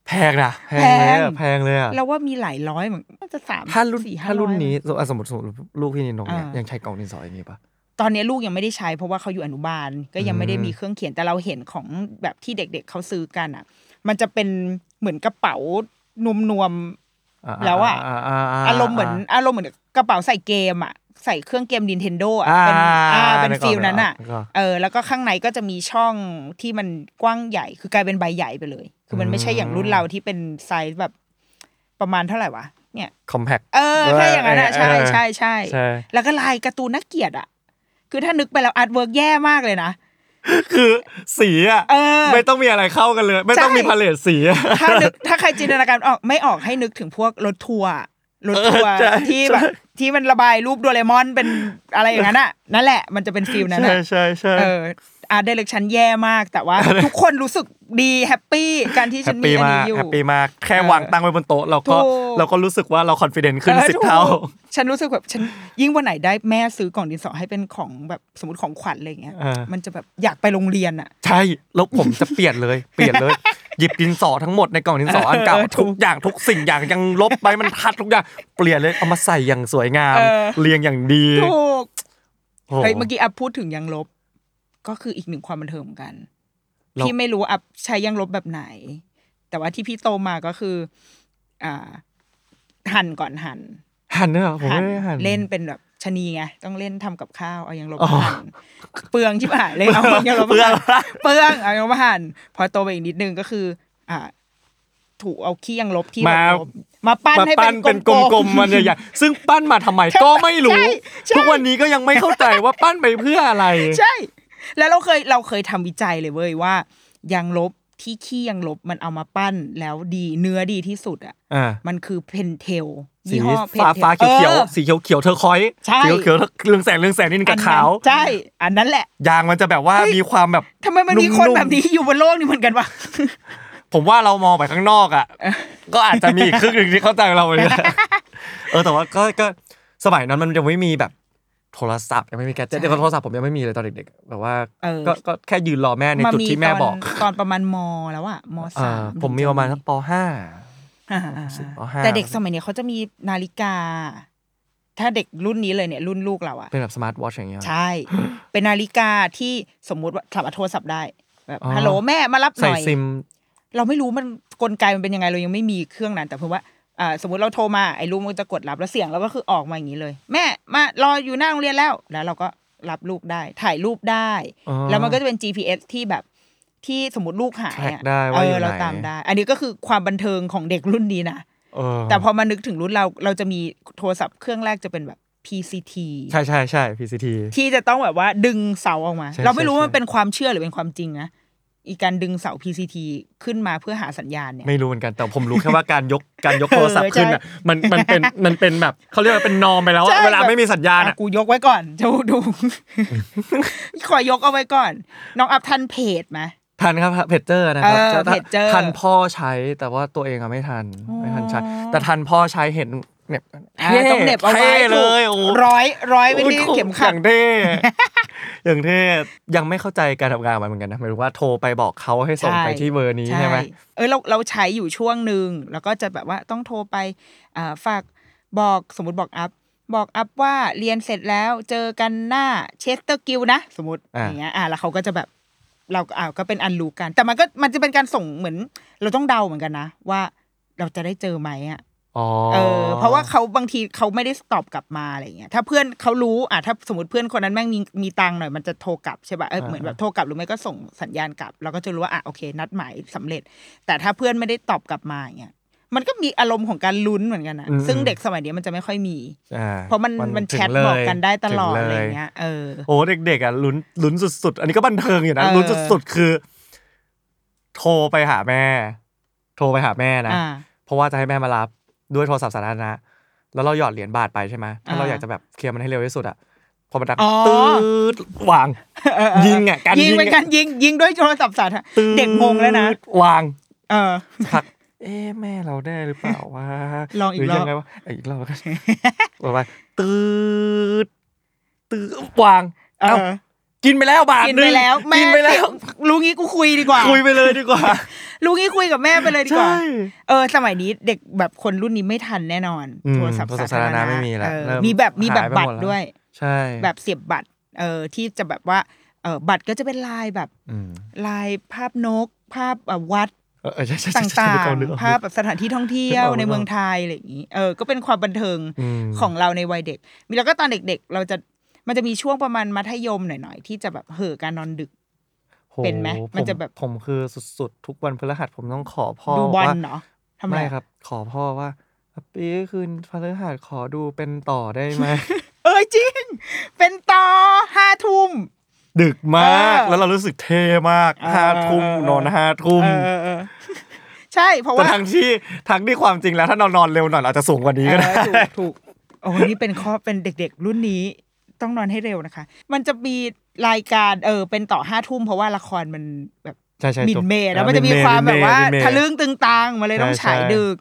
[SPEAKER 1] แพงนะแพงเลยอะ
[SPEAKER 2] แพง
[SPEAKER 1] แพงเลยอะ
[SPEAKER 2] เราว่ามีหลายร้อยเหมือนมันจะสาม
[SPEAKER 1] ถ้ารุ่น
[SPEAKER 2] สี่ห้า
[SPEAKER 1] ถ้ารุ่น
[SPEAKER 2] อย
[SPEAKER 1] นี้สมมติสมมติลูกพี่นินนงเนี่ย
[SPEAKER 2] อ่ายั
[SPEAKER 1] ยังใช้กล่องดินสออย่างนี้ปะ
[SPEAKER 2] ตอนนี้ลูกยังไม่ได้ใช้เพราะว่าเขาอยู่อนุบาล ก็ยังไม่ได้มีเครื่องเขียนแต่เราเห็นของแบบที่เด็ก ๆเขาซื้อกันอ่ะ มันจะเป็นเหมือนกระเป๋านวมนวม แล้วอะ ๆอารมณ์เหมือนอารมณ์เหมือนกระเป๋าใส่เกมอ่ะใส่เครื่องเกม Nintendo อ่ะเป็นอ่าเป็นฟิลนั้นอ่ะ เออแล้วก็ข้างในก็จะมีช่องที่มันกว้างใหญ่ คือกลายเป็นใบใหญ่ไปเลย คือมันไม่ใช่อย่างรุ่นเราที่เป็นไซส์แบบประมาณเท่าไหร่วะเนี่ย
[SPEAKER 1] คอมแพค
[SPEAKER 2] เออถ้าอย่างนั้นอ่ะ
[SPEAKER 1] เออเออ
[SPEAKER 2] ใช่ใช่ใช่
[SPEAKER 1] ใช่
[SPEAKER 2] แล้วก็ลายการ์ตูนนักเกียรติอ่ะ คือถ้านึกไปแล้วอาร์ตเวิร์กแย่มากเลยนะ
[SPEAKER 1] คือสีอ่ะ
[SPEAKER 2] เออ
[SPEAKER 1] ไม่ต้องมีอะไรเข้ากันเลย ไม่ต้องมี
[SPEAKER 2] ใช่
[SPEAKER 1] พาเลตสีอะ
[SPEAKER 2] ถ้านึกถ้าใครจินตนาการออกไม่ออกให้นึกถึงพวกรถทัวร์อะรถทัวร์
[SPEAKER 1] เออใช่
[SPEAKER 2] ที่แบบ
[SPEAKER 1] ใช่
[SPEAKER 2] ที่มันระบายรูปโดเรมอนเป็นอะไรอย่างนั้นอ่ะ นั่นแหละมันจะเป็นฟิลนั้น
[SPEAKER 1] ใช่
[SPEAKER 2] อ่ะ
[SPEAKER 1] ใช่ใช่
[SPEAKER 2] เอออาร์ตเดเรกชันแย่มาก แต่ว่า ทุกคนรู้สึกดีแฮปปี้การที่
[SPEAKER 1] แฮ
[SPEAKER 2] ฉั
[SPEAKER 1] ป
[SPEAKER 2] นมี
[SPEAKER 1] ปี้
[SPEAKER 2] อัน
[SPEAKER 1] มา
[SPEAKER 2] นี้
[SPEAKER 1] ก
[SPEAKER 2] อยู่
[SPEAKER 1] แฮปปี้มากแค่
[SPEAKER 2] เออ
[SPEAKER 1] วางตั้งไว้บนโต๊ะเราก็
[SPEAKER 2] ถูก
[SPEAKER 1] เราก็รู้สึกว่าเราคอนฟ idence ขึ้น
[SPEAKER 2] ออ
[SPEAKER 1] สิบเท่า
[SPEAKER 2] ถูกฉันรู้สึกแบบฉันยิ่งวันไหนได้แม่ซื้อกล่องดินสอให้เป็นของแบบสมมติของขวัญอะไรอย่างเงี้ย
[SPEAKER 1] เออ
[SPEAKER 2] มันจะแบบอยากไปโรงเรียนอ่ะ
[SPEAKER 1] ใช่ แล้วผมจะเปลี่ยนเลย เปลี่ยนเลย หยิบดินสอทั้งหมดในกล่องดินสออันเก่า
[SPEAKER 2] เออถู
[SPEAKER 1] ทุก
[SPEAKER 2] ก
[SPEAKER 1] อย่างทุกสิ่งอย่างยังลบไปมันทัดทุกอย่างเปลี่ยนเลยเอามาใส่อย่างสวยงาม
[SPEAKER 2] เออ
[SPEAKER 1] เรียงอย่างดี
[SPEAKER 2] ถูก
[SPEAKER 1] โอ้โห
[SPEAKER 2] เฮ้ยเมื่อกี้อัพพูดถึงยังลบ ก็คืออีกหนึ่งความบันเทิงเหมือนกัน
[SPEAKER 1] เรา
[SPEAKER 2] พี่ไม่รู้ว่าอัพใช้ยังลบแบบไหน แต่ว่าที่พี่โตมาก็คือ อ่า หั่นก่อนหั่น
[SPEAKER 1] หันเนอะผมไม่ได้หัน
[SPEAKER 2] เล่นเป็นแบบชะนีไงต้องเล่นทำกับข้าวเอายังลบ
[SPEAKER 1] อ๋อ
[SPEAKER 2] มาหั่นเปลืองชิบหายเลย เอายังลบ
[SPEAKER 1] เปลือ
[SPEAKER 2] มาง หั่นเปลืองเอายังลบมาหั่นพอโตไปอีกนิดนึงก็คือ อ่า ถูกเอาขี้ยังลบที่
[SPEAKER 1] มา
[SPEAKER 2] ลบมาปั้น
[SPEAKER 1] มา
[SPEAKER 2] ให้
[SPEAKER 1] ปั้น
[SPEAKER 2] เป็
[SPEAKER 1] เป็นน
[SPEAKER 2] ก
[SPEAKER 1] ก
[SPEAKER 2] ล
[SPEAKER 1] ล
[SPEAKER 2] ม
[SPEAKER 1] ม
[SPEAKER 2] ๆ
[SPEAKER 1] ๆมันใหญ่ๆซึ่งปั้นมาทำไมก็ไม่รู้
[SPEAKER 2] ใช่
[SPEAKER 1] ทุกวันนี้ก็ยังไม่เข้าใจว่าปั้นไปเพื่ออะไร
[SPEAKER 2] ใช่ แล้วเราเคยเราเคยทำวิจัยเลยเว้ยว่ายางลบที่ขี้ยางลบมันเอามาปั้นแล้วดีเนื้อดีที่สุดอ่ะ
[SPEAKER 1] อ่า
[SPEAKER 2] มันคือเพนเทล
[SPEAKER 1] สี
[SPEAKER 2] ยี่ห้อเพน
[SPEAKER 1] ฟ้า
[SPEAKER 2] เทล
[SPEAKER 1] ฟ้าเขียวเขียวสีเขียวเขียวเทอร์คอยส์
[SPEAKER 2] ใช่
[SPEAKER 1] สีเขียวเขียวเรืองแสงเรืองแสงนิดนึงกับขาว
[SPEAKER 2] ใช่ อันนั้นแหละ
[SPEAKER 1] ยางมันจะแบบว่า
[SPEAKER 2] เฮ้ย
[SPEAKER 1] มีความแบบ
[SPEAKER 2] ทำไมมันมีคน
[SPEAKER 1] นุ่มๆ
[SPEAKER 2] แบบนี้อยู่บนโลกนี้เหมือนกันวะ
[SPEAKER 1] ผมว่าเรามองไปข้างนอกอ่ ะก็อาจจะมีอีกครึ่งหนึ่งที่เข้าใจเราเลยนะ เออแต่ว่าก็ก็สมัยนั้นมันยังไม่มีแบบโทรศัพท์ยังไม่มีแกดเจ็ต
[SPEAKER 2] ใช่
[SPEAKER 1] แต่โทรศัพท์ผมยังไม่มีเลยตอนเด็กๆแบบว่า
[SPEAKER 2] เออ
[SPEAKER 1] ก็ก็แค่ยืนรอแม่ในจุดที่แม่
[SPEAKER 2] าตน
[SPEAKER 1] บอก
[SPEAKER 2] ตอนประมาณมแล้วอ่ะม
[SPEAKER 1] เอ
[SPEAKER 2] สา
[SPEAKER 1] อ
[SPEAKER 2] ม
[SPEAKER 1] ผมมีประมาณสักปห้า
[SPEAKER 2] อ่าอ่าอ่า
[SPEAKER 1] สิบห้า
[SPEAKER 2] แต่เด็กสมัยเนี้ยเขาจะมีนาฬิกา ถ้าเด็กรุ่นนี้เลยเนี่ย รุ่นลูกเราอ่ะ
[SPEAKER 1] เป็นแบบสมาร์ทวอชอย่างเงี้ย
[SPEAKER 2] ใช่ เป็นนาฬิกาที่สมมุติว่าสามารถโทรศัพท์ได้แบบ
[SPEAKER 1] อ๋อ
[SPEAKER 2] ฮัลโหลแม่มารับห
[SPEAKER 1] ใส่
[SPEAKER 2] น่อย
[SPEAKER 1] ซิม
[SPEAKER 2] เราไม่รู้มันกลไกมันเป็นยังไงเรายังไม่มีเครื่องนั้น แต่เพื่อว่าอ่าสมมติเราโทรมาไอ้ลูกมันจะกดรับแล้วเสียงเราก็คือออกมาอย่างนี้เลย แม่มารออยู่หน้าโรงเรียนแล้ว แล้วเราก็รับลูกได้ถ่ายรูปได้
[SPEAKER 1] อ๋อ
[SPEAKER 2] แล้วมันก็จะเป็น GPS ที่แบบที่สมมติลูกหายอะ
[SPEAKER 1] track ได้ว่า
[SPEAKER 2] เอ
[SPEAKER 1] อยู่
[SPEAKER 2] อ
[SPEAKER 1] ไหน
[SPEAKER 2] เราตามได้ อันนี้ก็คือความบันเทิงของเด็กรุ่นนี้นะ
[SPEAKER 1] เออ
[SPEAKER 2] แต่พอมานึกถึงรุ่นเราเราจะมีโทรศัพท์เครื่องแรกจะเป็นแบบ PCT
[SPEAKER 1] ใช่ใช่ใช่ PCT
[SPEAKER 2] ที่จะต้องแบบว่าดึงเสาออกมา
[SPEAKER 1] ใช่
[SPEAKER 2] เราไม่รู้ว่ามัน
[SPEAKER 1] ใช่
[SPEAKER 2] เป็นความเชื่อหรือเป็นความจริงนะอีการดึงเสา PCT ขึ้นมาเพื่อหาสัญญาณเนี่ย
[SPEAKER 1] ไม่รู้เหมือนกันแต่ผมรู้แค่ว่าการยกการยกโทรศัพท์ขึ้นอ่ะมันมันเป็นมันเป็นแบบเขาเรียกว่าเป็นนอมไปแล้วอะ
[SPEAKER 2] ใช่
[SPEAKER 1] เวลาไม่มีสัญญาณ
[SPEAKER 2] อ่ะ
[SPEAKER 1] อ่ะ
[SPEAKER 2] กูยกไว้ก่อนดูดู ขอยกเอาไว้ก่อน น้องอัพทันเพจไหม
[SPEAKER 1] ทันครับเพจเจอร์นะครับ
[SPEAKER 2] เออ
[SPEAKER 1] ทัน
[SPEAKER 2] Pager
[SPEAKER 1] ทันพ่อใช้แต่ว่าตัวเองอะไม่ทันไม่ทันใช้แต่ทันพ่อใช้เห็นเนี่ย
[SPEAKER 2] อ่าต้องเหน็บเอาไว้
[SPEAKER 1] ท่
[SPEAKER 2] ถู
[SPEAKER 1] เล
[SPEAKER 2] ก
[SPEAKER 1] ยโอ้โห
[SPEAKER 2] ร้อยร้อยไว้
[SPEAKER 1] โอ้
[SPEAKER 2] ที่
[SPEAKER 1] โห
[SPEAKER 2] เข็ม
[SPEAKER 1] อ
[SPEAKER 2] ขัด
[SPEAKER 1] ย่างเท่อย่างเท่ยังไม่เข้าใจการทำงานของมันเหมือนกันนะหมายถึงว่าโทรไปบอกเขาให้ส่งไปที่เบอร์นี้ใช่ไหม
[SPEAKER 2] เออเราเราใช้อยู่ช่วงหนึ่งแล้วก็จะแบบว่าต้องโทรไปอ่าฝากบอกสมมติบอกอัพ บอกอัพว่าเรียนเสร็จแล้วเจอกันหน้าเชสเตอร์กิลด์นะ สมมติ
[SPEAKER 1] อ่า
[SPEAKER 2] อย่างเงี้ยอ่าแล้วเขาก็จะแบบเราอ่าก็เป็นอันรู้กัน แต่มันก็มันจะเป็นการส่งเหมือน เราต้องเดาเหมือนกันนะ ว่าเราจะได้เจอไหมอะ
[SPEAKER 1] อ๋อ
[SPEAKER 2] เออเพราะว่าเขาบางทีเขาไม่ได้ตอบกลับมาอะไรเงี้ยถ้าเพื่อนเขารู้อ่ะถ้าสมมติเพื่อนคนนั้นแม่งมีมีตังค์หน่อยมันจะโทรกลับใช่ป่ะเออ
[SPEAKER 1] อ่า
[SPEAKER 2] เหมือนแบบโทรกลับหรือไม่ก็ส่งสัญญาณกลับ เราก็จะรู้ว่าอ่ะโอเค นัดหมายสำเร็จ แต่ถ้าเพื่อนไม่ได้ตอบกลับมาอย่างเงี้ย มันก็มีอารมณ์ของการลุ้นเหมือนกันนะ
[SPEAKER 1] อืม
[SPEAKER 2] ซึ่งเด็กสมัยเนี้ยมันจะไม่ค่อยมี
[SPEAKER 1] อ่
[SPEAKER 2] เพราะมัน
[SPEAKER 1] วั
[SPEAKER 2] มันแชท
[SPEAKER 1] ถึงเลย
[SPEAKER 2] บอกกันได้ตลอด
[SPEAKER 1] ถึ
[SPEAKER 2] อะไร
[SPEAKER 1] ล
[SPEAKER 2] เงี้ยเออ
[SPEAKER 1] โอ้เด็กๆอ่ะลุ้นลุ้นสุดๆ อันนี้ก็บันเทิงอยู่นะ
[SPEAKER 2] เออ
[SPEAKER 1] ลุ้นสุดๆคือ โทรไปหาแม่ โทรไปหาแม่นะ
[SPEAKER 2] อ่า
[SPEAKER 1] เพราะว่าจะให้แม่มารับด้วยโทรศัพท์สาธารณะแล้วเราหยอดเหรียญบาทไปใช่ไหมถ้า
[SPEAKER 2] อ่า
[SPEAKER 1] เราอยากจะแบบเคลียร์มันให้เร็วที่สุดอ่ะพอมันดัง
[SPEAKER 2] อ๋อ
[SPEAKER 1] ตืดวาง
[SPEAKER 2] เออเออ
[SPEAKER 1] ยิงอ่ะการ
[SPEAKER 2] ยิง
[SPEAKER 1] ยิง
[SPEAKER 2] เป็น
[SPEAKER 1] อ่ะ
[SPEAKER 2] การยิงยิงด้วยโทรศัพท์สาธารณะ
[SPEAKER 1] ตื๊ด
[SPEAKER 2] เด็กงงแล้วนะ
[SPEAKER 1] วาง
[SPEAKER 2] เออ
[SPEAKER 1] พัก เอ๊ะแม่เราแน่หรือเปล่าวะ
[SPEAKER 2] ลองอีก
[SPEAKER 1] ห
[SPEAKER 2] รอบ
[SPEAKER 1] ยังไงวะเอ้ยอีกรอบแล้วกันบอกว่าตืดตืดวาง
[SPEAKER 2] เอ
[SPEAKER 1] เอ้า
[SPEAKER 2] อ
[SPEAKER 1] กินไปแล้วบาท
[SPEAKER 2] กิน
[SPEAKER 1] ห
[SPEAKER 2] ไป
[SPEAKER 1] ง
[SPEAKER 2] แล้วแม่
[SPEAKER 1] กินไปแล้ว
[SPEAKER 2] ลูกงี้กูคุยดีกว่า
[SPEAKER 1] คุยไปเลยดีกว่า
[SPEAKER 2] ลูกงี้คุยกับแม่ไปเลยดีกว่า
[SPEAKER 1] ใช่
[SPEAKER 2] เออสมัยนี้เด็กแบบคนรุ่นนี้ไม่ทันแน่นอน
[SPEAKER 1] อืม
[SPEAKER 2] โทรศัพท์
[SPEAKER 1] โทรศัพท์
[SPEAKER 2] สา
[SPEAKER 1] สา
[SPEAKER 2] ธาร
[SPEAKER 1] ธารณะ
[SPEAKER 2] ณะ
[SPEAKER 1] ไม่มีละ
[SPEAKER 2] เออ
[SPEAKER 1] เริ่ม
[SPEAKER 2] มีแบบมีแบ
[SPEAKER 1] หา
[SPEAKER 2] บ
[SPEAKER 1] ยไป
[SPEAKER 2] บัต
[SPEAKER 1] หมด
[SPEAKER 2] ร
[SPEAKER 1] แล้ว
[SPEAKER 2] ด้วย
[SPEAKER 1] ใช่
[SPEAKER 2] แบบเสียบบัตรเออที่จะแบบว่าเออบัตรก็จะเป็นลายแบบ
[SPEAKER 1] อืม
[SPEAKER 2] ลายภาพนก ภาพแบบวัด
[SPEAKER 1] เออเออใช่ใช่
[SPEAKER 2] ต
[SPEAKER 1] ใช่ใช่
[SPEAKER 2] ่าง
[SPEAKER 1] เอนึกออก
[SPEAKER 2] ๆ ภาพแบบสถานที่ท่องเที่ยวในเมืองไทยอะไรอย่างนี้เออก็เป็นความบันเทิง
[SPEAKER 1] อืม
[SPEAKER 2] ของเราในวัยเด็ก มีแล้วก็ตอนเด็ก ๆ เราจะมันจะมีช่วงประมาณมัธยมหน่อยๆ ที่จะแบบเห่อะการนอนดึก
[SPEAKER 1] โ
[SPEAKER 2] เป็นไหม
[SPEAKER 1] ผ
[SPEAKER 2] มันจะแบบ
[SPEAKER 1] ผมคือสุดๆ ทุกวันพฤหัสผมต้องขอพ่อ
[SPEAKER 2] ดูบอล
[SPEAKER 1] ว่า
[SPEAKER 2] เนาะทำไม
[SPEAKER 1] ไม่ครับ ขอพ่อว่าปีคืนพฤหัสขอดูเป็นต่อได้ ไหม
[SPEAKER 2] เอ้ยจริง เป็นต่อห้าทุ่ม
[SPEAKER 1] ดึกมาก
[SPEAKER 2] เออ
[SPEAKER 1] แล้วเรารู้สึกเท่มาก
[SPEAKER 2] เออ
[SPEAKER 1] ห้าทุ่ม
[SPEAKER 2] เออเออ
[SPEAKER 1] นอนห้าทุ่ม
[SPEAKER 2] เออเออเออ ใช่ เพราะ
[SPEAKER 1] แต่
[SPEAKER 2] ว่า
[SPEAKER 1] ทั้งที่ทั้งที่ความจริงแล้วถ้านอนนอนเร็วหน่อยเราอาจจะสูงกว่านี้ก็ได้
[SPEAKER 2] เออถูกถูกโอ้โหนี่เป็นข้อเป็นเด็ก ๆ รุ่นนี้ต้องนอนให้เร็วนะคะ มันจะมีรายการเออเป็นต่อห้าทุ่มเพราะว่าละครมันแบบ
[SPEAKER 1] ใช่ใช่
[SPEAKER 2] หมิน
[SPEAKER 1] จบ
[SPEAKER 2] เมย์แล้วมัน
[SPEAKER 1] อ่
[SPEAKER 2] จะมีความแบบว่า
[SPEAKER 1] หนเย์
[SPEAKER 2] ทะลึ่
[SPEAKER 1] หมิ่นเมย์
[SPEAKER 2] งตึงตังมาเลยต้อง
[SPEAKER 1] ใช่
[SPEAKER 2] ฉาย
[SPEAKER 1] ใช่
[SPEAKER 2] ดึก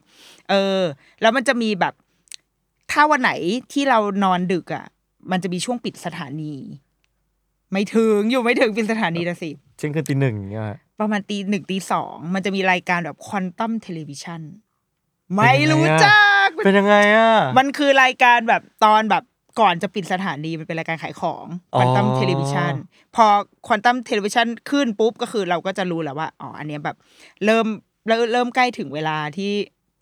[SPEAKER 2] เออ แล้วมันจะมีแบบ ถ้าวันไหนที่เรานอนดึกอ่ะ มันจะมีช่วงปิดสถานี ไม่ถึงอยู่ไม่ถึงปิดสถานีละสิ
[SPEAKER 1] เช่นคืนตีหนึ่งอย่างเงี้ย
[SPEAKER 2] ประมาณตีหนึ่งตีสองมันจะมีรายการแบบควอนตัมเทเลวิชันไม่รู้จัก
[SPEAKER 1] เป็นยังไงอ่ะ
[SPEAKER 2] มันคือรายการแบบตอนแบบก่อนจะปิดสถานีมันเป็นรายการขายของ
[SPEAKER 1] อ๋อ
[SPEAKER 2] ควอนตัมเทเลวิชันพอควอนตัมเทเลวิชันขึ้นปุ๊บก็คือเราก็จะรู้แล้วว่าอ๋ออันเนี้ยแบบเริ่มเริ่มเริ่มใกล้ถึงเวลาที่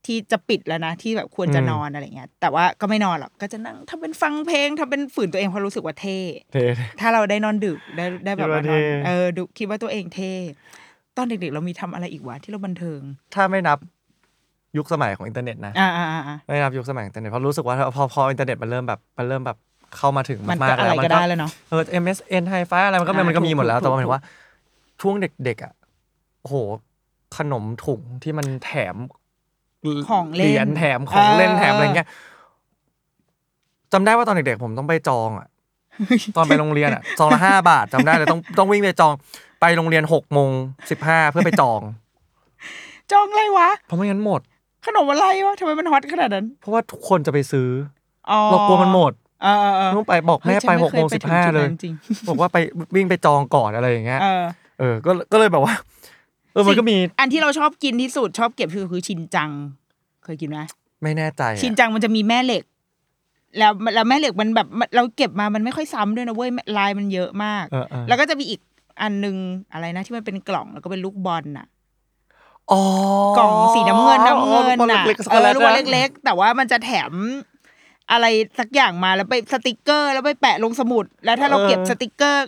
[SPEAKER 2] ที่จะปิดแล้วนะ ที่แบบควรจะนอนอะไรเงี้ย แต่ว่าก็ไม่นอนหรอกก็จะนั่งทำเป็นฟังเพลงทำเป็นฝืนตัวเองเพราะรู้สึกว่าเท่
[SPEAKER 1] เท่
[SPEAKER 2] ถ้าเราได้นอนดึกได้ได้แบบว่าน
[SPEAKER 1] คิ
[SPEAKER 2] อน
[SPEAKER 1] ดว่าเท่
[SPEAKER 2] เออดูคิดว่าตัวเองเท่ตอนเด็กๆ เรามีทำอะไรอีกวะที่เราบันเทิง
[SPEAKER 1] ถ้าไม่นับยุคสมัยของอินเทอร์เน็ตนะ
[SPEAKER 2] อ่าอ่าอ่าอ่า
[SPEAKER 1] ไม่นับยุคสมัยอินเทอร์เน็ตเพราะรู้สึกว่าพอพออินเทอร์เน็ตมันเริ่มแบบมันเริ่มแบบเข้ามาถึง
[SPEAKER 2] มัน
[SPEAKER 1] มา
[SPEAKER 2] ก็
[SPEAKER 1] กๆ
[SPEAKER 2] อะ
[SPEAKER 1] แล้
[SPEAKER 2] ไร
[SPEAKER 1] วมั
[SPEAKER 2] ก็
[SPEAKER 1] ก็
[SPEAKER 2] ได้แล้วเนาะ
[SPEAKER 1] เออ MSN h i f i อะไรมันก็
[SPEAKER 2] อ่า
[SPEAKER 1] มันก็มีหมดแล้ว
[SPEAKER 2] ถูก
[SPEAKER 1] แต่
[SPEAKER 2] ๆ
[SPEAKER 1] ว่าหมายถึ
[SPEAKER 2] ถู
[SPEAKER 1] ง
[SPEAKER 2] ก
[SPEAKER 1] ว่า ช่วงเด็กๆอ่ะโอ้โหขนมถุงที่มันแถม
[SPEAKER 2] ของเล่
[SPEAKER 1] ห
[SPEAKER 2] น
[SPEAKER 1] รียญแถมของเล่น
[SPEAKER 2] เออ
[SPEAKER 1] แถมอะไรเงี้ยจำได้ว่าตอนเด็กๆผมต้องไปจอง อ่ะ ตอนไปโรงเรียนอ่ะจองละห้าบาทจำได้เลยต้องต้องวิ่งไปจองไปโรงเรียนหกโมงสิบห้าเพื่อไปจอง
[SPEAKER 2] จองอะไรวะ
[SPEAKER 1] เพราะไม่งั้นหมด
[SPEAKER 2] ขนมอะไรวะทำไมมันฮอตขนาดนั้น
[SPEAKER 1] เพราะว่าทุกคนจะไปซื้อ
[SPEAKER 2] อ๋อ
[SPEAKER 1] เรากลัวมันหมด
[SPEAKER 2] เออเออเออ
[SPEAKER 1] ต้องไปบอกแม่
[SPEAKER 2] เฮ้ยฉัน
[SPEAKER 1] ไปหก
[SPEAKER 2] เคย
[SPEAKER 1] โมง
[SPEAKER 2] ไป
[SPEAKER 1] สิบ
[SPEAKER 2] ถึ
[SPEAKER 1] ห้า
[SPEAKER 2] จุด
[SPEAKER 1] เล
[SPEAKER 2] นั้
[SPEAKER 1] ย
[SPEAKER 2] นจริง
[SPEAKER 1] บอกว่าไปวิ่งไปจองก่อนอะไรอย่างเงี้ย
[SPEAKER 2] เออ
[SPEAKER 1] เออก็ก็เลยแบบว่า เออมัน
[SPEAKER 2] สิ่ง
[SPEAKER 1] ก็มี
[SPEAKER 2] อันที่เราชอบกินที่สุดชอบเก็บที่สุดคือชินจัง เคยกินไหม
[SPEAKER 1] ไม่แน่ใจอะ
[SPEAKER 2] ชินจังมันจะมีแม่เหล็ก แล้วแล้วแม่เหล็กมันแบบมันเราเก็บมามันไม่ค่อยซ้ำด้วยนะเว้ยลายมันเยอะมาก
[SPEAKER 1] เออเออ
[SPEAKER 2] แล้วก็จะมีอีกอันนึงอะไรนะที่มันเป็นกล่องแล้วก็เป็นลูกบอลน่ะ
[SPEAKER 1] อ๋อก
[SPEAKER 2] ล่องสีน้ำเงินน้ำเงิน
[SPEAKER 1] อ๋อลูกบอล
[SPEAKER 2] น่ะ
[SPEAKER 1] เล็กๆ
[SPEAKER 2] เออลูกบอล
[SPEAKER 1] ๆ
[SPEAKER 2] เล็กๆ แต่ว่ามันจะแถมอะไรสักอย่างมาแล้วไปสติกเกอร์ แล้วไปแปะลงสมุด แล้วถ้าเราเก็บสติกเกอร์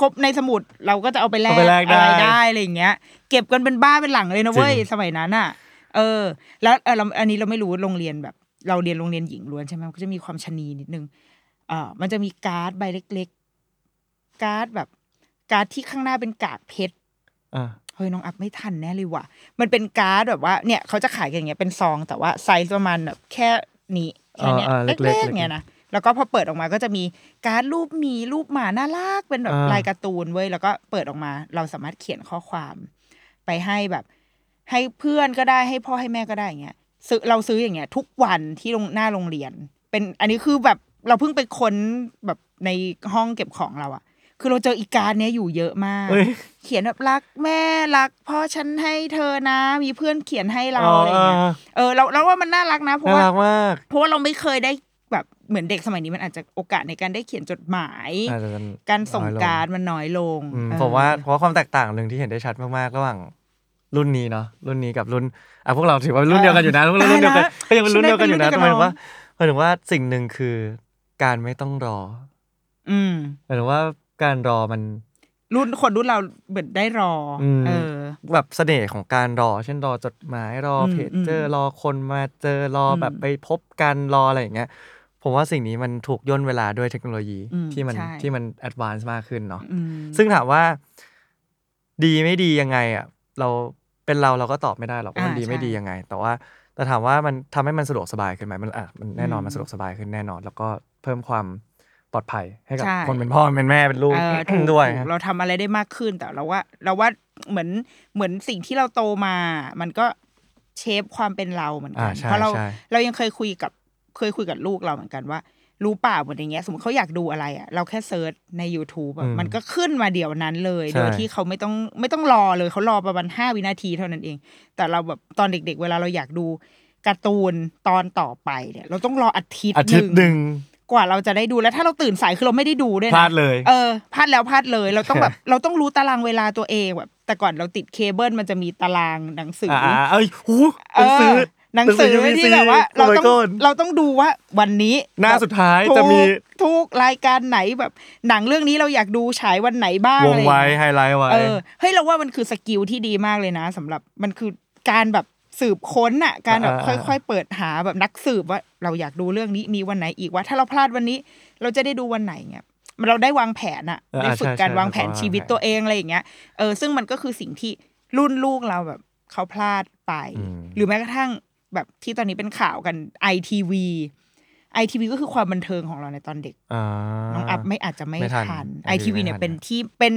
[SPEAKER 2] ครบในสมุด เราก็จะเอาไปแลกอะไรได้อะไรอย่างเงี้ย เก็บกันเป็นบ้าเป็นหลังเลยนะเว้ยสมัยนั้นอ่ะ เออ แล้วเออเราอันนี้เราไม่รู้โรงเรียนแบบ เราเรียนโรงเรียนหญิงล้วนใช่ไหมมันก็จะมีความชะนีนิดนึงเออมันจะมีการ์ดใบเล็ก ๆ การ์ดแบบ การ์ดที่ข้างหน้าเป็นกากเพชร
[SPEAKER 1] ๆอ่ะ
[SPEAKER 2] เฮ้ยน้องอัพไม่ทันแน่เลยว่ะ มันเป็นการ์ดแบบว่าเนี่ยเขาจะขายกันอย่างเงี้ยเป็นซอง แต่ว่าไซส์ประมาณแบบแค่นี้แค่เนี้ย
[SPEAKER 1] าๆเล็กๆ
[SPEAKER 2] เล็ก
[SPEAKER 1] เล็ก
[SPEAKER 2] ๆ
[SPEAKER 1] ๆ
[SPEAKER 2] เนี่ยนะแล้วก็พอเปิดออกมาก็จะมีการ์ดรูปหมีรูปหมาน่ารักเป็นแบบ
[SPEAKER 1] อ่า
[SPEAKER 2] ลายการ์ตูนเว้ยแล้วก็เปิดออกมา เราสามารถเขียนข้อความ ไปให้แบบ ให้เพื่อนก็ได้ให้พ่อให้แม่ก็ได้อย่างเงี้ยซื้อเราซื้ออย่างเงี้ย ทุกวันที่โรงหน้าโรงเรียน เป็นอันนี้คือแบบเราเพิ่งไปค้นแบบในห้องเก็บของเราอะคือเราเจออีการ์ดเนี้ยอยู่เยอะมาก
[SPEAKER 1] เอ้ย
[SPEAKER 2] เขียนแบบรักแม่รักพ่อฉันให้เธอนะ มีเพื่อนเขียนให้เราอะไรเงี้ย
[SPEAKER 1] อ๋อ
[SPEAKER 2] เออเราเราว่ามันน่ารักนะ เพราะ
[SPEAKER 1] น่า
[SPEAKER 2] ว่า
[SPEAKER 1] รักมาก
[SPEAKER 2] เพราะว่าเราไม่เคยได้แบบเหมือนเด็กสมัยนี้มันอาจจะโอกาสในการได้เขียนจดหมาย
[SPEAKER 1] อาจจะเป็น
[SPEAKER 2] การส่ง
[SPEAKER 1] น้อยล
[SPEAKER 2] การดมันน้อยลง
[SPEAKER 1] อืม
[SPEAKER 2] เออ
[SPEAKER 1] ผมว่าเพราะว่าความแตกต่างหนึ่งที่เห็นได้ชัดมากๆระหว่างรุ่นนี้เนาะรุ่นนี้กับรุ่นอ่ะพวกเราถือว่ารุ่นเดียวกันอยู่นะรุ่นเดียวกันก็ยังเป็นรุ่นเดียวกันอยู่นะแต่หมายถึงว่าหมายถึงว่าสิ่งหนึ่งคือ การไม่ต้องรอ
[SPEAKER 2] อืม
[SPEAKER 1] หมายถึงว่าการรอมัน
[SPEAKER 2] รุ่นคนรุ่นเราเหมือนได้รออ
[SPEAKER 1] ม
[SPEAKER 2] เออ
[SPEAKER 1] แบบเสน่ห์ของการรอ เช่นรอจดหมายรออ
[SPEAKER 2] ม
[SPEAKER 1] เพจเจอร์
[SPEAKER 2] อืม
[SPEAKER 1] รอคนมาเจอรออ
[SPEAKER 2] ม
[SPEAKER 1] แบบไปพบกันรออะไรอย่างเงี้ยผมว่าสิ่งนี้มันถูกย่นเวลาด้วยเทคโนโลยี
[SPEAKER 2] อืม
[SPEAKER 1] ที่มัน
[SPEAKER 2] ใช่
[SPEAKER 1] ที่มันแอดวานซ์มากขึ้นเนาะ
[SPEAKER 2] อืม
[SPEAKER 1] ซึ่งถามว่า ดีไม่ดียังไงอ่ะเราเป็นเราเราก็ตอบไม่ได้หรอกว่ามัน
[SPEAKER 2] อ่า
[SPEAKER 1] ดีไม่
[SPEAKER 2] ใช่
[SPEAKER 1] ดียังไง แต่ว่าแต่ถามว่ามันทำให้มันสะดวกสบายขึ้นไหมมันอ่ะมันแน่นอน
[SPEAKER 2] อืม
[SPEAKER 1] มันสะดวกสบายขึ้นแน่นอน แล้วก็เพิ่มความปลอดภัยให้กับ
[SPEAKER 2] ใช่
[SPEAKER 1] คนเป็นพ่อเป็นแม่เป็นลูก
[SPEAKER 2] เออถูก
[SPEAKER 1] ด้วย
[SPEAKER 2] ถูก
[SPEAKER 1] ฮะ
[SPEAKER 2] เราทำอะไรได้มากขึ้นแต่เราว่า เราว่าเหมือนเหมือนสิ่งที่เราโตมา มันก็เชฟความเป็นเราเหมือนกัน
[SPEAKER 1] อ่าใช่
[SPEAKER 2] เพราะเรา
[SPEAKER 1] ใช่
[SPEAKER 2] เรายังเคยคุยกับเคยคุยกับลูกเราเหมือนกันว่า รู้ป่าวเหมือนอย่างเงี้ย สมมติเขาอยากดูอะไรอ่ะเราแค่เซิร์ชใน YouTube อะ
[SPEAKER 1] อืม
[SPEAKER 2] มันก็ขึ้นมาเดี๋ยวนั้นเลย
[SPEAKER 1] ใช่
[SPEAKER 2] โดยที่เขาไม่ต้องไม่ต้องรอเลยเขารอประมาณห้าวินาทีเท่านั้นเอง แต่เราแบบตอนเด็ก ๆ เวลาเราอยากดูการ์ตูนตอนต่อไปเนี่ย เราต้องรออาทิตย์
[SPEAKER 1] อาทิตย์หนึ่ง
[SPEAKER 2] กว่าเราจะได้ดูแล้วถ้าเราตื่นสายคือเราไม่ได้ดูด้วย
[SPEAKER 1] พ
[SPEAKER 2] นะ
[SPEAKER 1] ลาดเลย
[SPEAKER 2] เออพลาดแล้วพลาดเลยเราต้องแบบ
[SPEAKER 1] ใช่
[SPEAKER 2] เราต้องรู้ตารางเวลาตัวเองแบบแต่ก่อนเราติดเคเบิลมันจะมีตารางหนังสืออ
[SPEAKER 1] อ่าๆเอ้ยหู
[SPEAKER 2] เอ
[SPEAKER 1] หนังสือ
[SPEAKER 2] อหนังสือ
[SPEAKER 1] ยังมี
[SPEAKER 2] ที่แบบว่า
[SPEAKER 1] ซี
[SPEAKER 2] เราต้อง
[SPEAKER 1] โลโก้น
[SPEAKER 2] เราต้องดูว่าวันนี้
[SPEAKER 1] หน้าสุดท้าย
[SPEAKER 2] ทุก
[SPEAKER 1] จะมี
[SPEAKER 2] ทุกรายการไหนแบบ หนังเรื่องนี้เราอยากดูฉายวันไหนบ้าง
[SPEAKER 1] วง
[SPEAKER 2] อะไรอย่าง
[SPEAKER 1] ไว้
[SPEAKER 2] เงี้ย
[SPEAKER 1] ไฮไลท์ไว้
[SPEAKER 2] เออเฮ้ยเราว่ามันคือสกิลที่ดีมากเลยนะสำหรับมันคือการแบบสืบค้นอะการแบบ
[SPEAKER 1] อ่า
[SPEAKER 2] ค่
[SPEAKER 1] อ่า
[SPEAKER 2] อย ๆ เปิดหาแบบนักสืบว่า เราอยากดูเรื่องนี้มีวันไหนอีกว่า ถ้าเราพลาดวันนี้ เราจะได้ดูวันไหนเงี้ยมันเราได้วางแผนอะ
[SPEAKER 1] เออ
[SPEAKER 2] ได้ฝึกการ
[SPEAKER 1] ใช่ใช่
[SPEAKER 2] วางแผนชีวิต
[SPEAKER 1] วางแผน
[SPEAKER 2] ตัวเองอะไรอย่างเงี้ยเออซึ่งมันก็คือสิ่งที่รุ่นลูกเราแบบเขาพลาดไป
[SPEAKER 1] อืม
[SPEAKER 2] หรือแม้กระทั่งแบบที่ตอนนี้เป็นข่าวกันไอทีวีไอทีวีก็คือความบันเทิงของเราในตอนเด็ก
[SPEAKER 1] อ่า
[SPEAKER 2] น้องอัพไม่อาจจะไม่
[SPEAKER 1] ไม่ทัน
[SPEAKER 2] ทันไอ
[SPEAKER 1] ITV
[SPEAKER 2] ทีวี
[SPEAKER 1] ไม่ทัน
[SPEAKER 2] เนี่ย
[SPEAKER 1] นะ
[SPEAKER 2] เป็นที่เป็น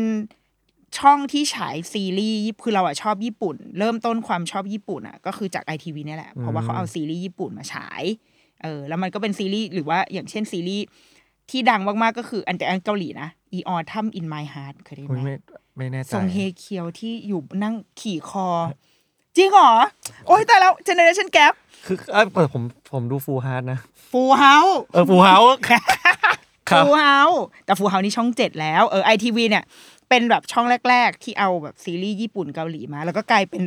[SPEAKER 2] ช่องที่ฉายซีรีส์ญี่ปุ่นคือเราอะชอบญี่ปุ่น เริ่มต้นความชอบญี่ปุ่นอะก็คือจากไอทีวีเนี่ยแหละ เพราะว่า
[SPEAKER 1] อืม
[SPEAKER 2] เขาเอาซีรีส์ญี่ปุ่นมาฉายเออแล้วมันก็เป็นซีรีส์หรือว่าอย่างเช่นซีรีส์ที่ดังมาก ๆ ก็คืออันแต่อันเกาหลีนะอีออทัมอินไมฮาร์ดเคยได้ยิน
[SPEAKER 1] อุ๊ย
[SPEAKER 2] ไหม
[SPEAKER 1] ไม่ไม่แน่ใจ
[SPEAKER 2] ซงเฮเคียวที่อยู่นั่งขี่คอ จริงเหรอ โอ้ยแต่แล้วเจเนอเรชันแก p
[SPEAKER 1] คือเอ้ยแต่ผมผมดูฟูฮาร์ดนะ
[SPEAKER 2] ฟูเฮา
[SPEAKER 1] เออฟูเฮา ครับ
[SPEAKER 2] ฟูเฮาแต่ฟูเฮานี่ช่องเจ็ดแล้วเออไอทีวีเนี่ย เป็นแบบช่องแรก ๆ ที่เอาแบบซีรีส์ญี่ปุ่นเกาหลีมา แล้วก็กลายเป็น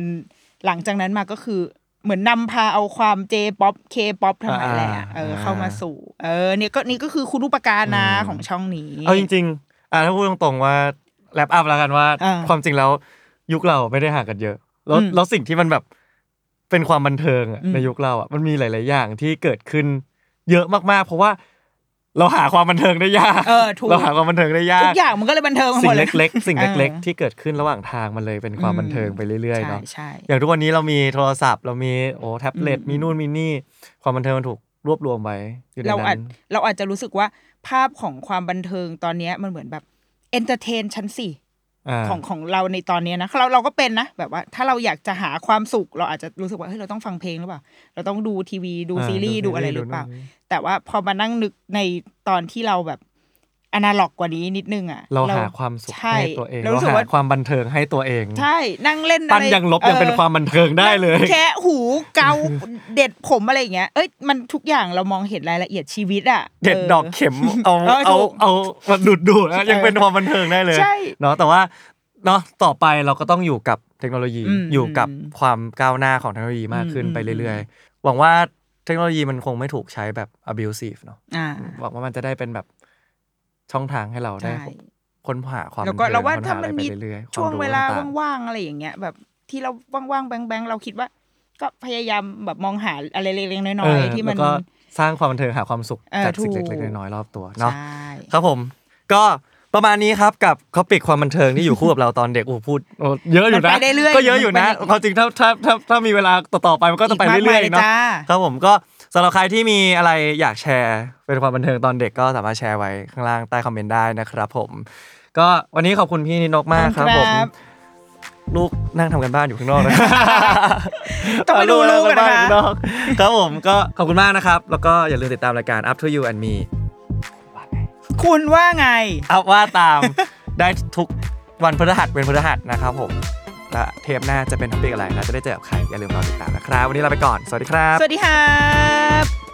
[SPEAKER 2] หลังจากนั้นมาก็คือเหมือนนำพาเอาความเจป๊อปเคป๊อปทั้งหลายแหละเออเข้ามาสู่ เออเนี่ยก็นี่ก็คือคุณูปการนะของช่องนี้
[SPEAKER 1] เอาจริง ๆ อ่าถ้าพูดตรงๆว่าแลปอัพแล้วกันว่า
[SPEAKER 2] อ่า
[SPEAKER 1] ความจริงแล้วยุคเราไม่ได้ห่างกันเยอะ แล้ว
[SPEAKER 2] อืม
[SPEAKER 1] แล้วสิ่งที่มันแบบเป็นความบันเทิงอะ
[SPEAKER 2] อืม
[SPEAKER 1] ในยุคเราอ่ะมันมีหลาย ๆ อย่างที่เกิดขึ้น เยอะมากๆ เพราะว่า เราหาความบันเทิงได้ยาก
[SPEAKER 2] เออถูก
[SPEAKER 1] เราหาความบันเทิงได้ยา
[SPEAKER 2] ทุ
[SPEAKER 1] ก
[SPEAKER 2] กอย่างมันก็เลยบันเทิงไป
[SPEAKER 1] สิ่
[SPEAKER 2] หม
[SPEAKER 1] ง
[SPEAKER 2] ดเลย
[SPEAKER 1] เล็ก ๆ สิ่งเล็ก
[SPEAKER 2] เออ
[SPEAKER 1] ๆ ที่เกิดขึ้นระหว่างทางมันเลยเป็นความ
[SPEAKER 2] อืม
[SPEAKER 1] บันเทิงไปเรื่อย ๆ
[SPEAKER 2] ใช่
[SPEAKER 1] เนาะ
[SPEAKER 2] ใช่
[SPEAKER 1] อย่างทุกวันนี้เรามีโทรศัพท์ เรามีโอ้แท็บเล็ต มีนู่นมีนี่ ความบันเทิงมันถูกรวบรวมไว้อยู่ใน
[SPEAKER 2] เราอา
[SPEAKER 1] นั้
[SPEAKER 2] จ
[SPEAKER 1] น
[SPEAKER 2] เราอาจจะรู้สึกว่าภาพของความบันเทิงตอนเนี้ยมันเหมือนแบบเอนเตอร์เทนชั้นสี่
[SPEAKER 1] อ่า
[SPEAKER 2] ของของเราในตอนเนี้ยนะเราเราก็เป็นนะ แบบว่าถ้าเราอยากจะหาความสุข เราอาจจะรู้สึกว่าเฮ้ยเราต้องฟังเพลงหรือเปล่า เราต้องดูทีวีดู
[SPEAKER 1] อ่า
[SPEAKER 2] ซีรีส์
[SPEAKER 1] ดูซี
[SPEAKER 2] ดู
[SPEAKER 1] รีส์
[SPEAKER 2] อะไรหรือเปล่า
[SPEAKER 1] ดูนู่นนี่
[SPEAKER 2] แต่ว่าพอมานั่งนึกในตอนที่เราแบบอนาล็อกกว่านี้นิดนึงอ่ะ
[SPEAKER 1] เราหาความสุข
[SPEAKER 2] ช่
[SPEAKER 1] ให้ตัวเอง
[SPEAKER 2] เรา
[SPEAKER 1] เรา
[SPEAKER 2] รู้สึก
[SPEAKER 1] หา
[SPEAKER 2] ว่า
[SPEAKER 1] ความบันเทิงให้ตัวเอง
[SPEAKER 2] ใช่นั่งเล่นอะไร
[SPEAKER 1] ตั้งยังลบยังเป็น
[SPEAKER 2] ออ
[SPEAKER 1] ความบันเทิงได้เลย
[SPEAKER 2] แค่หูเกา เด็ดผมอะไรอย่างเงี้ย เอ้ยมันทุกอย่างเรามองเห็นรายละเอียดชีวิตอ่ะ
[SPEAKER 1] เด็ดดอก
[SPEAKER 2] เ
[SPEAKER 1] เข็มเอา
[SPEAKER 2] เออ
[SPEAKER 1] เอา
[SPEAKER 2] ถูก
[SPEAKER 1] เอามาดูดดูดนะยังเป็น
[SPEAKER 2] เออ
[SPEAKER 1] ความบันเทิงได้เลย
[SPEAKER 2] ใช่
[SPEAKER 1] เนาะแต่ว่าเนาะต่อไปเราก็ต้องอยู่กับเทคโนโลยี
[SPEAKER 2] อืม
[SPEAKER 1] อยู่กับความก้าวหน้าของเทคโนโลยีมากขึ้น
[SPEAKER 2] อืม
[SPEAKER 1] ไปเรื่อยๆ หวังว่าเทคโนโลยีมันคงไม่ถูกใช้แบบ abusive เนาะ
[SPEAKER 2] อ่า
[SPEAKER 1] หวังว่ามันจะได้เป็นแบบช่องทางให้เราได้
[SPEAKER 2] ใช่
[SPEAKER 1] ค้นหาความ
[SPEAKER 2] แล้วก็
[SPEAKER 1] บันทิง
[SPEAKER 2] เราว่า
[SPEAKER 1] ค้นห
[SPEAKER 2] ถ้ามัน
[SPEAKER 1] อะไรไป
[SPEAKER 2] มี
[SPEAKER 1] เรื่อยๆค
[SPEAKER 2] ช่ว
[SPEAKER 1] ม
[SPEAKER 2] ง
[SPEAKER 1] รู้
[SPEAKER 2] เวลา
[SPEAKER 1] ต่งๆ
[SPEAKER 2] ว่างๆอะไรอย่างเงี้ย แบบที่เราว่างๆแบงๆเราคิดว่า ก็พยายามแบบมองหาอะไรเล็กๆน้อยๆที่มัน
[SPEAKER 1] เออแล้วก็สร้างความบันเทิงหาความสุข
[SPEAKER 2] เออ
[SPEAKER 1] จากสิ่ง
[SPEAKER 2] ถู
[SPEAKER 1] เล็
[SPEAKER 2] ก
[SPEAKER 1] กๆน้อยๆรอบตัวเนาะ
[SPEAKER 2] ใช่
[SPEAKER 1] ครับผม ก็ประมาณนี้ครับกับคอปิกความบันเทิงที่อยู่คู่กับเราตอนเด็กโอ้พูดโอ้เยอะอยู่
[SPEAKER 2] มัน
[SPEAKER 1] นะ
[SPEAKER 2] ไปเรื่อยๆ
[SPEAKER 1] ก็เยอะอยู่นะ
[SPEAKER 2] มันไป
[SPEAKER 1] ความจริงถ้าถ้าถ้าถ้ามีเวลาต่อๆไปมันก็ต้องไปเรื่อยๆ
[SPEAKER 2] กมากมล
[SPEAKER 1] เนาะ
[SPEAKER 2] จ้
[SPEAKER 1] ครับผมก็สำหรับใครที่มีอะไรอยากแชร์เป็นความบันเทิงตอนเด็กก็สามารถแชร์ไว้ข้างล่างใต้คอมเมนต์ได้นะครับผม ก็วันนี้ขอบคุณพี่นิดนกมากครับผม
[SPEAKER 2] ขอณ
[SPEAKER 1] ลูกนั่งทำกันบ้านอยู่ข้างนอก นะ
[SPEAKER 2] ต้องไปดูลูกกันนะ
[SPEAKER 1] บ้า
[SPEAKER 2] คะ
[SPEAKER 1] นอกครับผมก็ขอบคุณมากนะครับ แล้วก็อย่าลืมติดตามรายการ Up to You and Me
[SPEAKER 2] คุณว่าไง
[SPEAKER 1] อัพว่าตาม ได้ทุกวันพฤหัสเป็นพฤหัสนะครับผมและเทปหน้าจะเป็นท็อปิกอะไร เราจะได้เจอกับใคร อย่าลืมรอติดตามนะครับ วันนี้ลาไปก่อน สวัสดีครับ
[SPEAKER 2] สวัสดีครับ